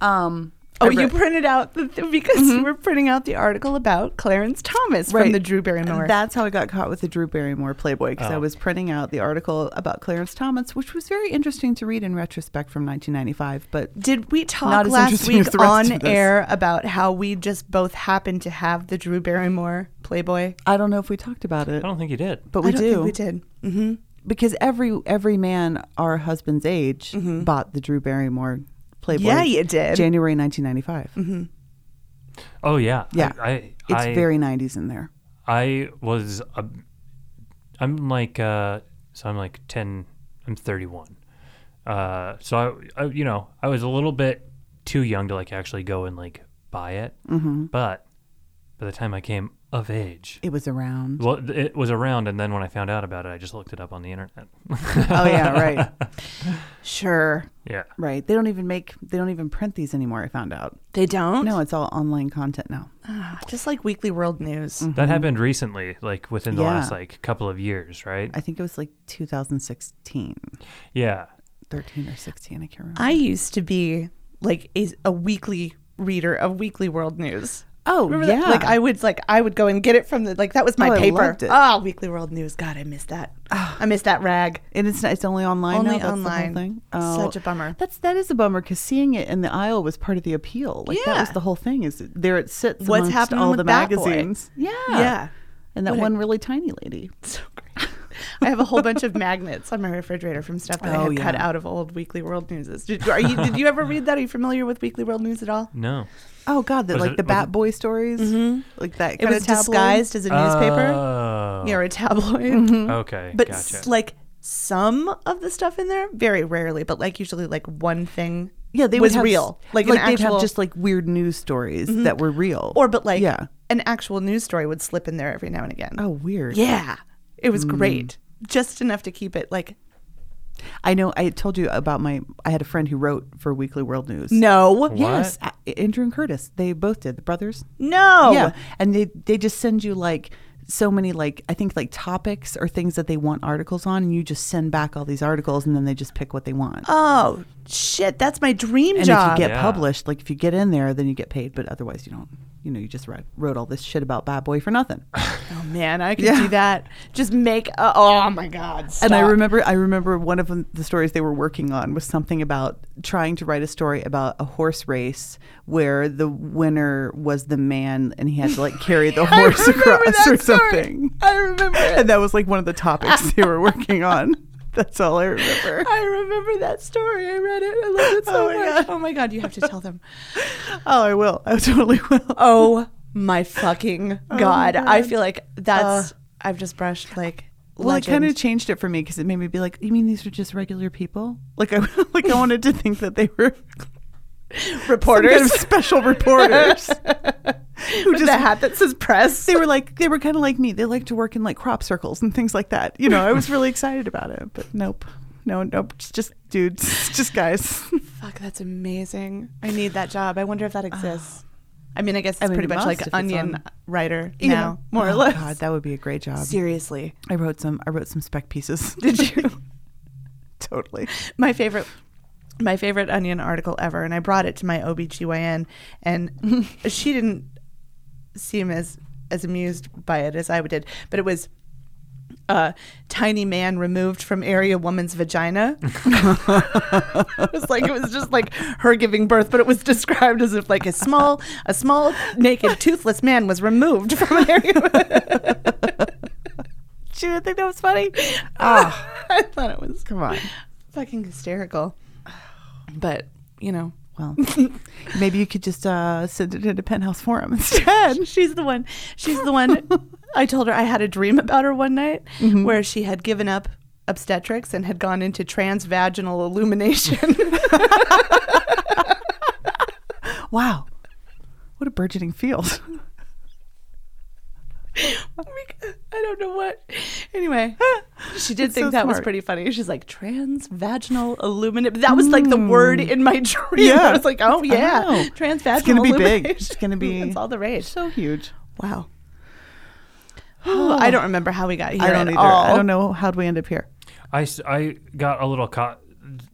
Um.
Oh,
I
you
read-
printed out the th- because you were printing out the article about Clarence Thomas from
Right.
the Drew Barrymore.
That's how I got caught with the Drew Barrymore Playboy because I
Oh.
was printing out the article about Clarence Thomas, which was very interesting to read in retrospect from 1995. But
Did we talk
Not as
last
interesting as
week
the rest of
on
this.
air about how we just both happened to have the Drew Barrymore Playboy?
I don't know if we talked about it.
I don't think he did.
But we
I don't
do
Think we did. hmm
because every every man our husband's age bought the Drew Barrymore Playboy.
Mm-hmm. Yeah, you did. Mm-hmm.
January 1995.
Oh yeah,
Yeah.
I, I,
It's
I,
very 90s in there.
I was. A, I'm like. Uh, so I'm like ten. I'm 31. Uh, so I, I, you know, I was a little bit
Mm-hmm.
too young to like actually go and like buy it. But by the time I came of age.
It was around.
Well, th- it was around, and then when I found out about it, I just looked it up on the internet.
oh yeah, right. Sure.
yeah.
Right. They don't even make they don't even print these anymore, I found out.
They don't. Ah,
No, it's all online content now.
just like Weekly World News.
That happened recently, like within the
Mm-hmm. Yeah.
last like couple of years, right?
I think it was like 2016,
yeah.
13 or 16, I can't remember.
I used to be like a, a weekly reader of Weekly World News.
oh,
Remember that? Like I would like I would go and get it from the like that was my
Oh, I
paper.
loved it.
Ah, Weekly World News. God, I missed that. I missed that rag.
and it's not, it's only online
Only
now. That's
online.
The whole thing. Oh.
Such a bummer.
That's that is a bummer because seeing it in the aisle was part of the appeal. Like that was
Yeah.
the whole thing. Is there it sits
What's
amongst
happening
all
with
the
Bat Boy?
magazines? Yeah,
Yeah.
and that
What a-
one really tiny lady.
So great. I have a whole bunch of magnets on my refrigerator from stuff that I
Oh,
had cut
yeah.
out of old Weekly World News. Did, are you, did you ever read that? Are you familiar with Weekly World News at all?
No.
Oh God, that
Was
like
it-
the
was
Bat
it-
Boy stories, like
Mm-hmm.
that.
It
kinda
was
tabloid?
disguised as a newspaper
Oh.
yeah, or a tabloid.
Mm-hmm.
Okay.
But
gotcha.
s- like some of the stuff in there, very rarely, but like usually like one thing.
Yeah, they
was
would have,
real. Like,
Like, Mm-hmm.
an
they'd
actual-
have just like weird news stories that were real,
Or but like
yeah.
an actual news story would slip in there every now and again.
Oh, weird.
Yeah. It was great. Just enough to keep it like
I know. I told you about my. I had a friend who wrote for Weekly World News.
no.
Yes, a- Andrew and Curtis. They both did. The brothers.
No.
Yeah, Oh, and they they just send you like so many like I think like topics or things that they want articles on, and you just send back all these articles, and then they just pick what they want.
Oh shit, that's my dream
and
job.
if you get
Yeah.
published, like if you get in there, then you get paid. But otherwise, you don't. You know, you just wrote, wrote all this shit about Bad Boy for nothing.
oh man, I could do that. Just make a, oh my god. Stop.
And I remember, I remember one of them- the stories they were working on was something about trying to write a story about a horse race where the winner was the man, and he had to like carry the horse
remember
across
that
or
story.
something.
I remember it.
and that was like one of the topics they were working on. That's all I remember.
I remember that story. I read it. I love it so
Oh, my
much.
God.
Oh my god, you have to tell them.
Oh, I will. I totally will.
Oh my fucking Oh, god. Uh, I feel like that's I've just brushed like
Well, it kind of
legend.
changed it for me because it made me be like, "You mean these are just regular people?" Like I, like I wanted to think that they were some kind of special reporters who
With the hat that says press.
They were like, they were kind of like me. They like to work in like crop circles and things like that. You know, I was really excited about it, but nope, no, nope. It's just dudes, It's just guys.
Fuck, that's amazing. I need that job. I wonder if that exists. I mean, I guess it's
mean,
pretty
it
much
must
like
if it's
onion
on-
writer
You
now,
know?
more or
Oh,
less.
God, that would be a great job.
Seriously,
I wrote some. I wrote some spec pieces.
Did you?
totally.
my favorite. My favorite onion article ever, and I brought it to my OBGYN, and she didn't seem as as amused by it as I did. But it was uh, tiny man removed from area woman's vagina. it was like it was just like her giving birth, but it was described as if like a small a small naked toothless man was removed from an area. she didn't think that was funny. I thought it was
Come on.
fucking hysterical. But you know,
Well, maybe you could just uh, send it into Penthouse Forum instead.
she's the one. She's the one. I told her I had a dream about her one night
Mm-hmm.
where she had given up obstetrics and had gone into transvaginal illumination.
Wow. What a burgeoning field.
Oh I don't know what. Anyway, she did
That's
think
so
that was
smart.
pretty funny. She's like transvaginal illumination. That was like the word in my dream.
Mm. Yeah.
I was like, oh yeah,
Oh.
transvaginal.
It's gonna be big.
illumination.
It's gonna be
It's all the rage.
so huge.
Wow. Oh, I don't remember how we got here
I don't
at
either.
all.
I don't know how'd we end up here.
I, s- I got a little caught,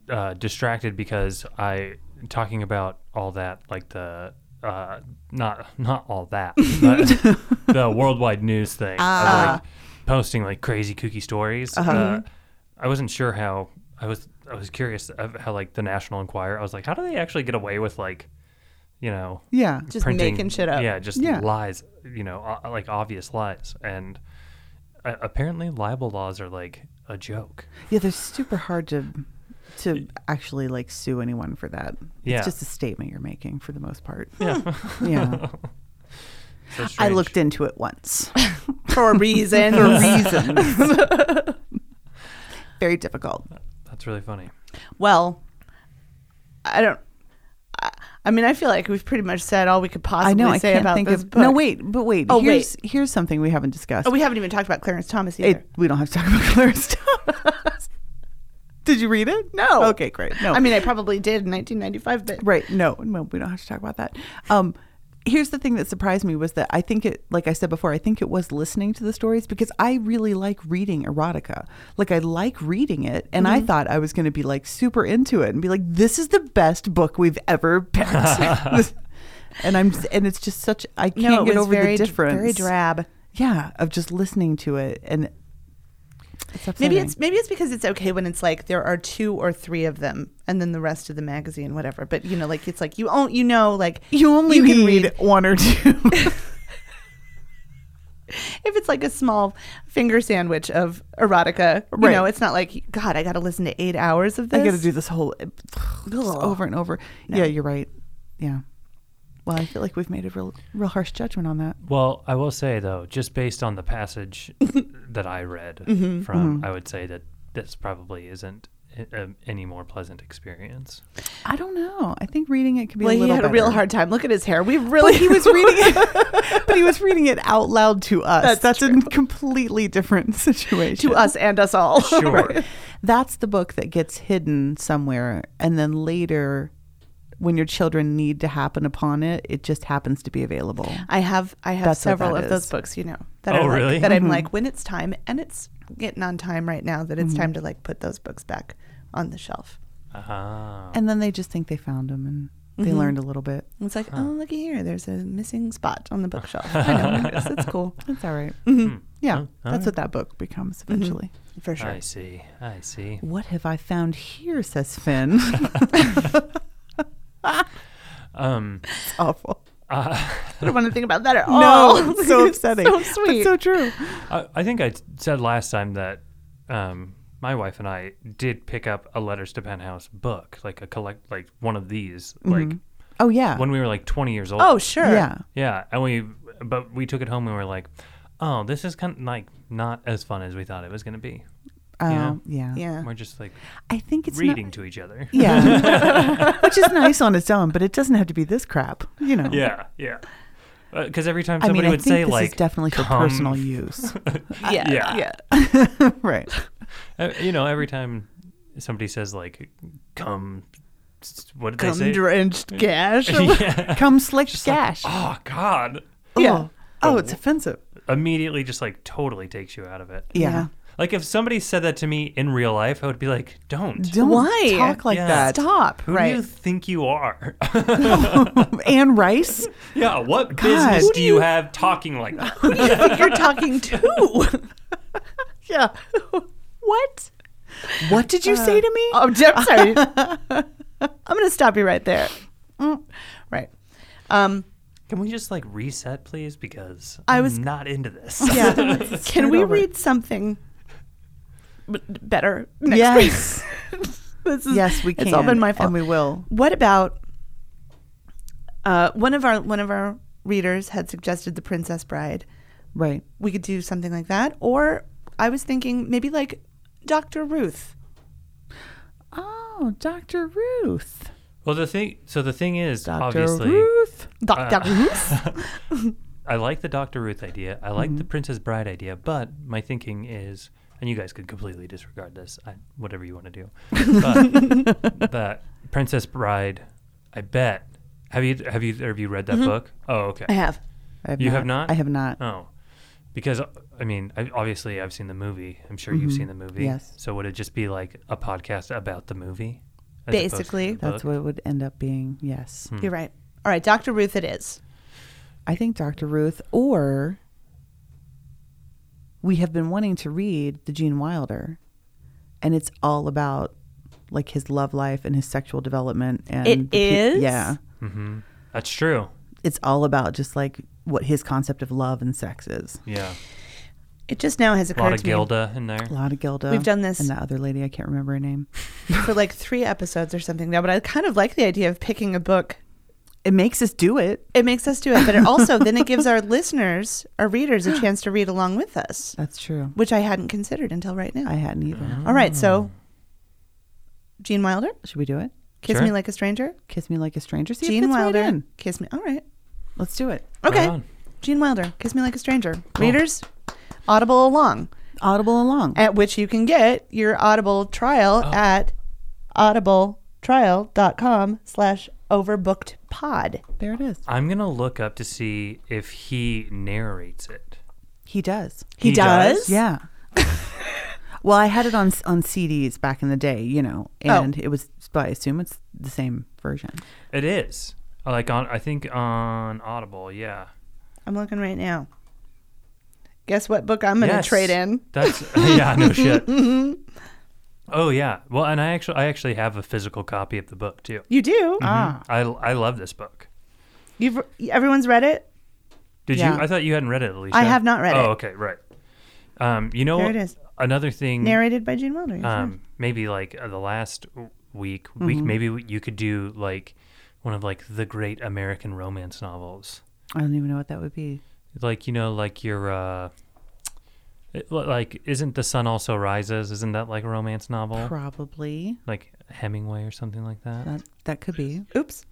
uh, distracted because I talking about all that like the uh, not not all that but the worldwide news thing
Ah.
of like posting like crazy kooky stories.
Uh-huh.
uh
Mm-hmm.
I wasn't sure how I was I was curious of how like the National Enquirer. I was like, how do they actually get away with like you know
Yeah.
Just making shit up.
Yeah, just
Yeah.
lies. You know, o- like obvious lies and. Uh, apparently, libel laws are like a joke.
Yeah, they're super hard to to actually like sue anyone for that.
Yeah.
It's just a statement you're making for the most part.
Yeah.
Yeah.
So
I
strange.
looked into it once.
for a reason.
For reasons. Very difficult.
That's really funny.
well, I don't. I- I mean, I feel like we've pretty much said all we could possibly
I know. I
say
can't
about
think
this
of.
book.
No, wait, but wait.
Oh,
here's, Here's something we haven't discussed.
Oh, we haven't even talked about Clarence Thomas either.
it, we don't have to talk about Clarence Thomas. Did you read it?
No.
Okay, great. No.
I mean, I probably did in 1995, but
Right. No, no, we don't have to talk about that. Um, here's the thing that surprised me was that I think it, like I said before, I think it was listening to the stories because I really like reading erotica. Like I like reading it, and
Mm-hmm.
I thought I was going to be like super into it and be like, "This is the best book we've ever picked." This- and I'm, and it's just such I can't
no, it
get
was
over
very
the difference.
very drab.
Yeah, of just listening to it and. It's
Maybe
upsetting.
it's maybe it's because it's okay when it's like there are two or three of them, and then the rest of the magazine, whatever. But you know, like it's like you own, you know, like
you only
you can
need
read-
one or two.
if it's like a small finger sandwich of erotica, you
Right.
know, it's not like God, I got to listen to eight hours of this.
I got to do this whole eh, just over and over. Yeah, you're right. Yeah. Well, I feel like we've made a real, real harsh judgment on that.
Well, I will say though, just based on the passage that I read
Mm-hmm,
from, I would say that this probably isn't a- a, any more pleasant experience.
I don't know. I think reading it could be
Well,
a
he
little.
had a real
better.
hard time. Look at his hair. We really
He was reading it, but he was reading it out loud to us.
That's
That's, a completely different situation.
to us and us all.
Sure.
that's the book that gets hidden somewhere, and then later, when your children need to happen upon it, it just happens to be available.
I have I have
That's what
several
that
of those
is. Mm-hmm.
books, you know, that
Oh,
are like,
really?
that I'm like when it's time and it's getting on time right now that
Mm-hmm.
it's time to like put those books back on the shelf.
Ah,
And then they just think they found them, and
Mm-hmm.
they learned a little bit.
And It's like, oh, looky here, there's a missing spot on the bookshelf. I know notice. It's cool
That's all right. Mm-hmm.
Oh,
Yeah,
all
that's
right. Mm-hmm.
what that book becomes eventually.
for sure.
I see. I see.
What have I found here? Says Finn.
Um,
it's awful.
I don't want to think about that at all.
No, it's so upsetting.
Oh,
so sweet.
But so true.
I, I think I t- said last time that um, my wife and I did pick up a Letters to Penthouse book, like a collect, like one of these, like
Oh yeah.
when we were like 20 years old.
oh sure.
yeah.
Yeah, and we but we took it home and we were like, "Oh, this is kind of like not as fun as we thought it was going to be."
Um, yeah.
Yeah.
We're just like
I think it's not-
reading to each other.
yeah. Which is nice on its own, but it doesn't have to be this crap. You know.
yeah, yeah. Because every time
I
somebody
mean, I
would
think
say
this
like,
is definitely for
"Come
personal use.
Yeah.
Yeah.
Yeah.
right.
Uh, you know, every time somebody says like, "Come," s- what did they say?
Cum drenched gash.
yeah.
Come slick gash.
Oh God!
yeah.
Oh, it's offensive.
Immediately, just like totally takes you out of it.
Yeah.
Yeah.
Like if somebody said that to me in real life, I would be like, "Don't."
Don't
Why?
talk like
Yeah.
that.
Stop.
Who
right.
do you think you are?
Anne Rice.
yeah, what
Who
business
do
do you have talking like that?
I think you're talking to. yeah. what?
What did you say to me?
Oh, I'm sorry. I'm going to stop you right there. Mm. Right. Um,
Can we just like reset, please? Because
I
I
was-
was not into this.
yeah. Can
start
we
over.
read something b- better next week?
yes.
This is-
yes, we can.
It's all been my fault.
And we will.
What about uh, one of our one of our readers had suggested The Princess Bride.
Right.
We could do something like that, or I was thinking maybe like Doctor Ruth.
Oh, Dr. Ruth.
Well, the thing. So the thing is,
Dr.
obviously,
Ruth.
Uh.
Doctor
Mm-hmm.
Ruth.
I like the Doctor Ruth idea. I like
Mm-hmm.
the Princess Bride idea. But my thinking is, and you guys could completely disregard this. I, whatever you want to do. But that Princess Bride, I bet. Have you have you have you read that book? Oh, okay.
Mm-hmm. I have.
I
You have not?
I have not.
Oh, because I mean, I, obviously, I've seen the movie. I'm sure
Mm-hmm.
you've seen the movie.
Yes.
So would it just be like a podcast about the movie? as opposed to
Basically,
the
That's
book?
what it would end up being. Yes.
Hmm.
You're right. All right, Dr. Ruth it is.
I think Dr. Ruth or we have been wanting to read the Gene Wilder and it's all about like his love life and his sexual development and
It
the pe-
is?
yeah.
That's true.
It's all about just like what his concept of love and sex is.
Yeah.
It just now has
A lot
occurred
of
to me
Gilda in there.
A lot of Gilda.
We've done this-
And that other lady, I can't remember her name.
for like three episodes or something now, but I kind of like the idea of picking a book.
It makes us do it.
It makes us do it, but it also then it gives our listeners, our readers, a chance to read along with us,
That's true.
which I hadn't considered until right now.
Mm.
I hadn't either.
All right, so Gene Wilder,
Should we do it?
Kiss
Sure.
Me Like a Stranger.
Kiss Me Like a Stranger. See,
Gene
it fits right
Wilder.
in.
Kiss Me. All right.
Let's do it.
Okay.
on.
Gene Wilder. Kiss Me Like a Stranger. Readers, Audible along,
Audible along.
at which you can get your Audible trial
Oh.
at audibletrial.com slash overbooked pod.
there it is.
I'm gonna look up to see if he narrates it.
He does.
He,
He
does?
does?
Yeah. well, I had it on on CDs back in the day, you know, and it was. But I assume it's the same version.
It is like on. I think on Audible. Yeah.
I'm looking right now. Guess what book I'm going to
Yes.
trade in?
That's yeah. No shit. Oh yeah. Well, and I actually I actually have a physical copy of the book too.
You do.
Ah. I I love this book.
You've everyone's read it.
Did
Yeah.
you? I thought you hadn't read it, Alicia.
I have not read it.
Oh, okay, right. Um, you know,
There
what-
it is.
another thing.
Narrated by Gene Wilder. yes, yes.
um, maybe like uh, the last w- week, week
Mm-hmm.
maybe w- you could do like one of like the great American romance novels,
I don't even know what that would be.
like you know, like your uh, it- li- like isn't the sun also rises? Isn't that like a romance novel,
Probably
like Hemingway or something like that?
that that could be.
Oops.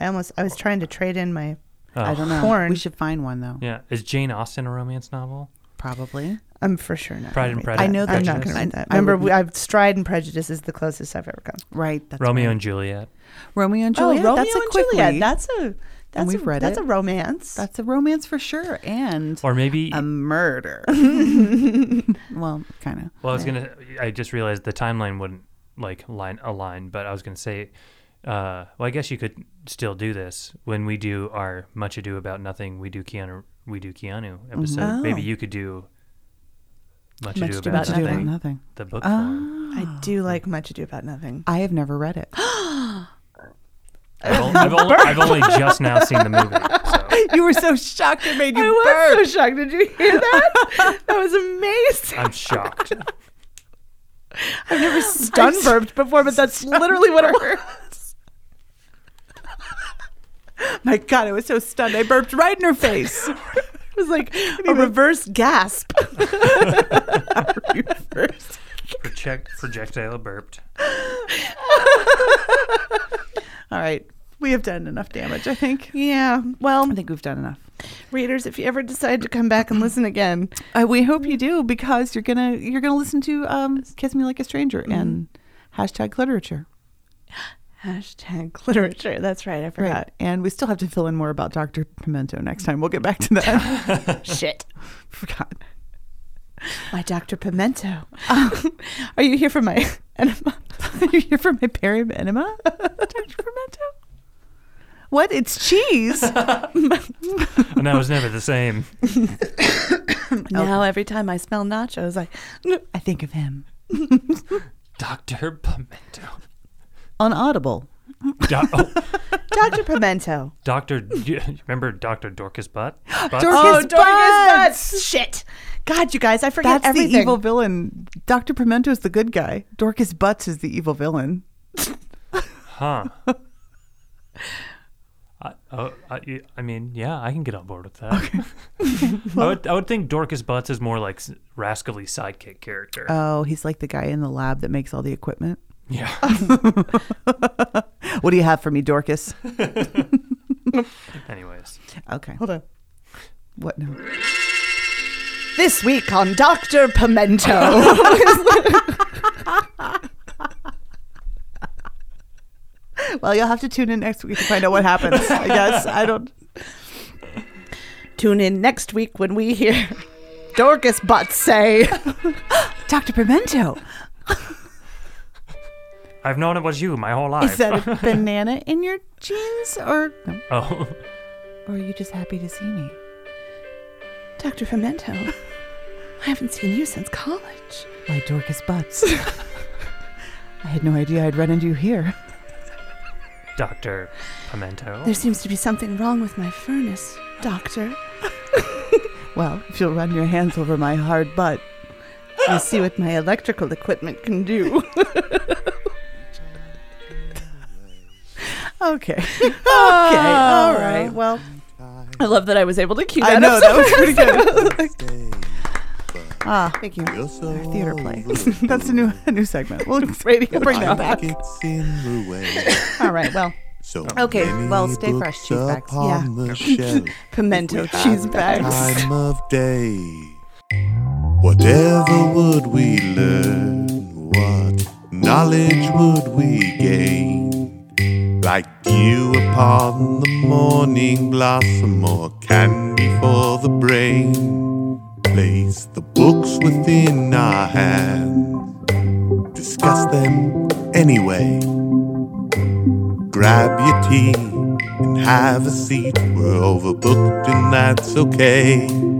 I almost. I was trying to trade in my.
Oh.
I don't know.
Porn.
We should find one though.
Yeah, is Jane Austen a romance novel?
Probably.
I'm for sure not.
Pride
gonna
and
read that.
Prejudice.
I know
I'm
that-
not going to read that.
I
Remember,
wouldn't-
we, I've Stride and Prejudice is the closest I've ever come.
Right. That's
Romeo
right.
and Juliet.
Romeo and
Oh,
Juliet. that's a quick read.
That's a. That's
we've
a,
read
That's
it.
a romance.
That's a romance for sure, and
Or maybe
a murder. well, kind of.
Well, I was gonna. I just realized the timeline wouldn't like line align, but I was gonna say. Uh, well, I guess you could still do this when we do our "Much Ado About Nothing." We do Keanu. We do Keanu episode. Maybe you could do Oh. "Much, Ado, About,
To do
Nothing." Ah.
about nothing.
The book form.
I do like Much Ado About Nothing.
I have never read it.
I've, only, I've, only, I've only just now seen the movie. So
you were so shocked it made you
I
burp.
was so shocked. Did you hear that? that was amazing.
I'm shocked.
I've never stun burped before, but that's literally what it was.
My God, I was so stunned. I burped right in her face.
It was like a reverse gasp.
First.
Project, projectile burped.
All right. We have done enough damage, I think.
Yeah. Well,
I think we've done enough.
readers, if you ever decide to come back and listen again,
Uh, we hope you do because you're gonna you're gonna listen to um, "Kiss Me Like a Stranger" and hashtag literature.
hashtag literature. That's right. I forgot.
And we still have to fill in more about Dr. Pimento next time. We'll get back to that.
Shit.
Forgot.
My Dr. Pimento. Um, Are you here for my enema?
You're here for my Perry enema, Dr. Pimento. What? It's cheese.
And that was never the same.
Now, every time I smell nachos, I.
I think of him
Doctor Pimento.
on Audible.
Do- oh,
Dr. Pimento.
Doctor. Remember Doctor Dorcas Butt? Butts?
Dorcas
Dorcas
Butts!
Butts. Shit. God, you guys, I forget
That's
everything.
the evil villain. Dr. Pimento is the good guy. Dorcas Butts is the evil villain.
Huh. I, oh, I, y- I mean, yeah, I can get on board with that. I would, I would think Dorcas Butts is more like s- rascally sidekick character.
Oh, he's like the guy in the lab that makes all the equipment.
yeah.
What do you have for me, Dorcas?
Anyways,
Okay.
Hold on.
What now?
This week on Dr. Pimento.
Well, you'll have to tune in next week to find out what happens. I guess I don't.
Tune in next week when we hear Dorcas Butts say.
Dr. Pimento,
I've known it was you my whole life.
is that a banana in your jeans, or no,
oh,
or are you just happy to see me?
Dr. Pimento, I haven't seen you since college.
My Dorcas Butts. I had no idea I'd run into you here.
Doctor Pimento.
There seems to be something wrong with my furnace, Doctor.
Well, if you'll run your hands over my hard butt,
I'll see what my electrical equipment can do.
okay, okay, all right.
Well, Ah. I love that I was able to cue that
I know
up.
that was pretty good.
Stay.
All Ah,
Thank you.
You're so
theater play.
lovely.
That's a new a new segment. We'll,
Radio
we'll bring
I
that back.
think it's in the way.
All right. Well,
So
Okay,
many
well, stay fresh,
books
cheese bags.
upon the shelf,
Pimento
We
cheese
have
bags.
Time of day. Whatever would we learn? What knowledge would we gain? Like dew upon the morning blossom, or candy for the brain. Place the books within our hands. Discuss them anyway. Grab your tea and have a seat. We're overbooked, and that's okay.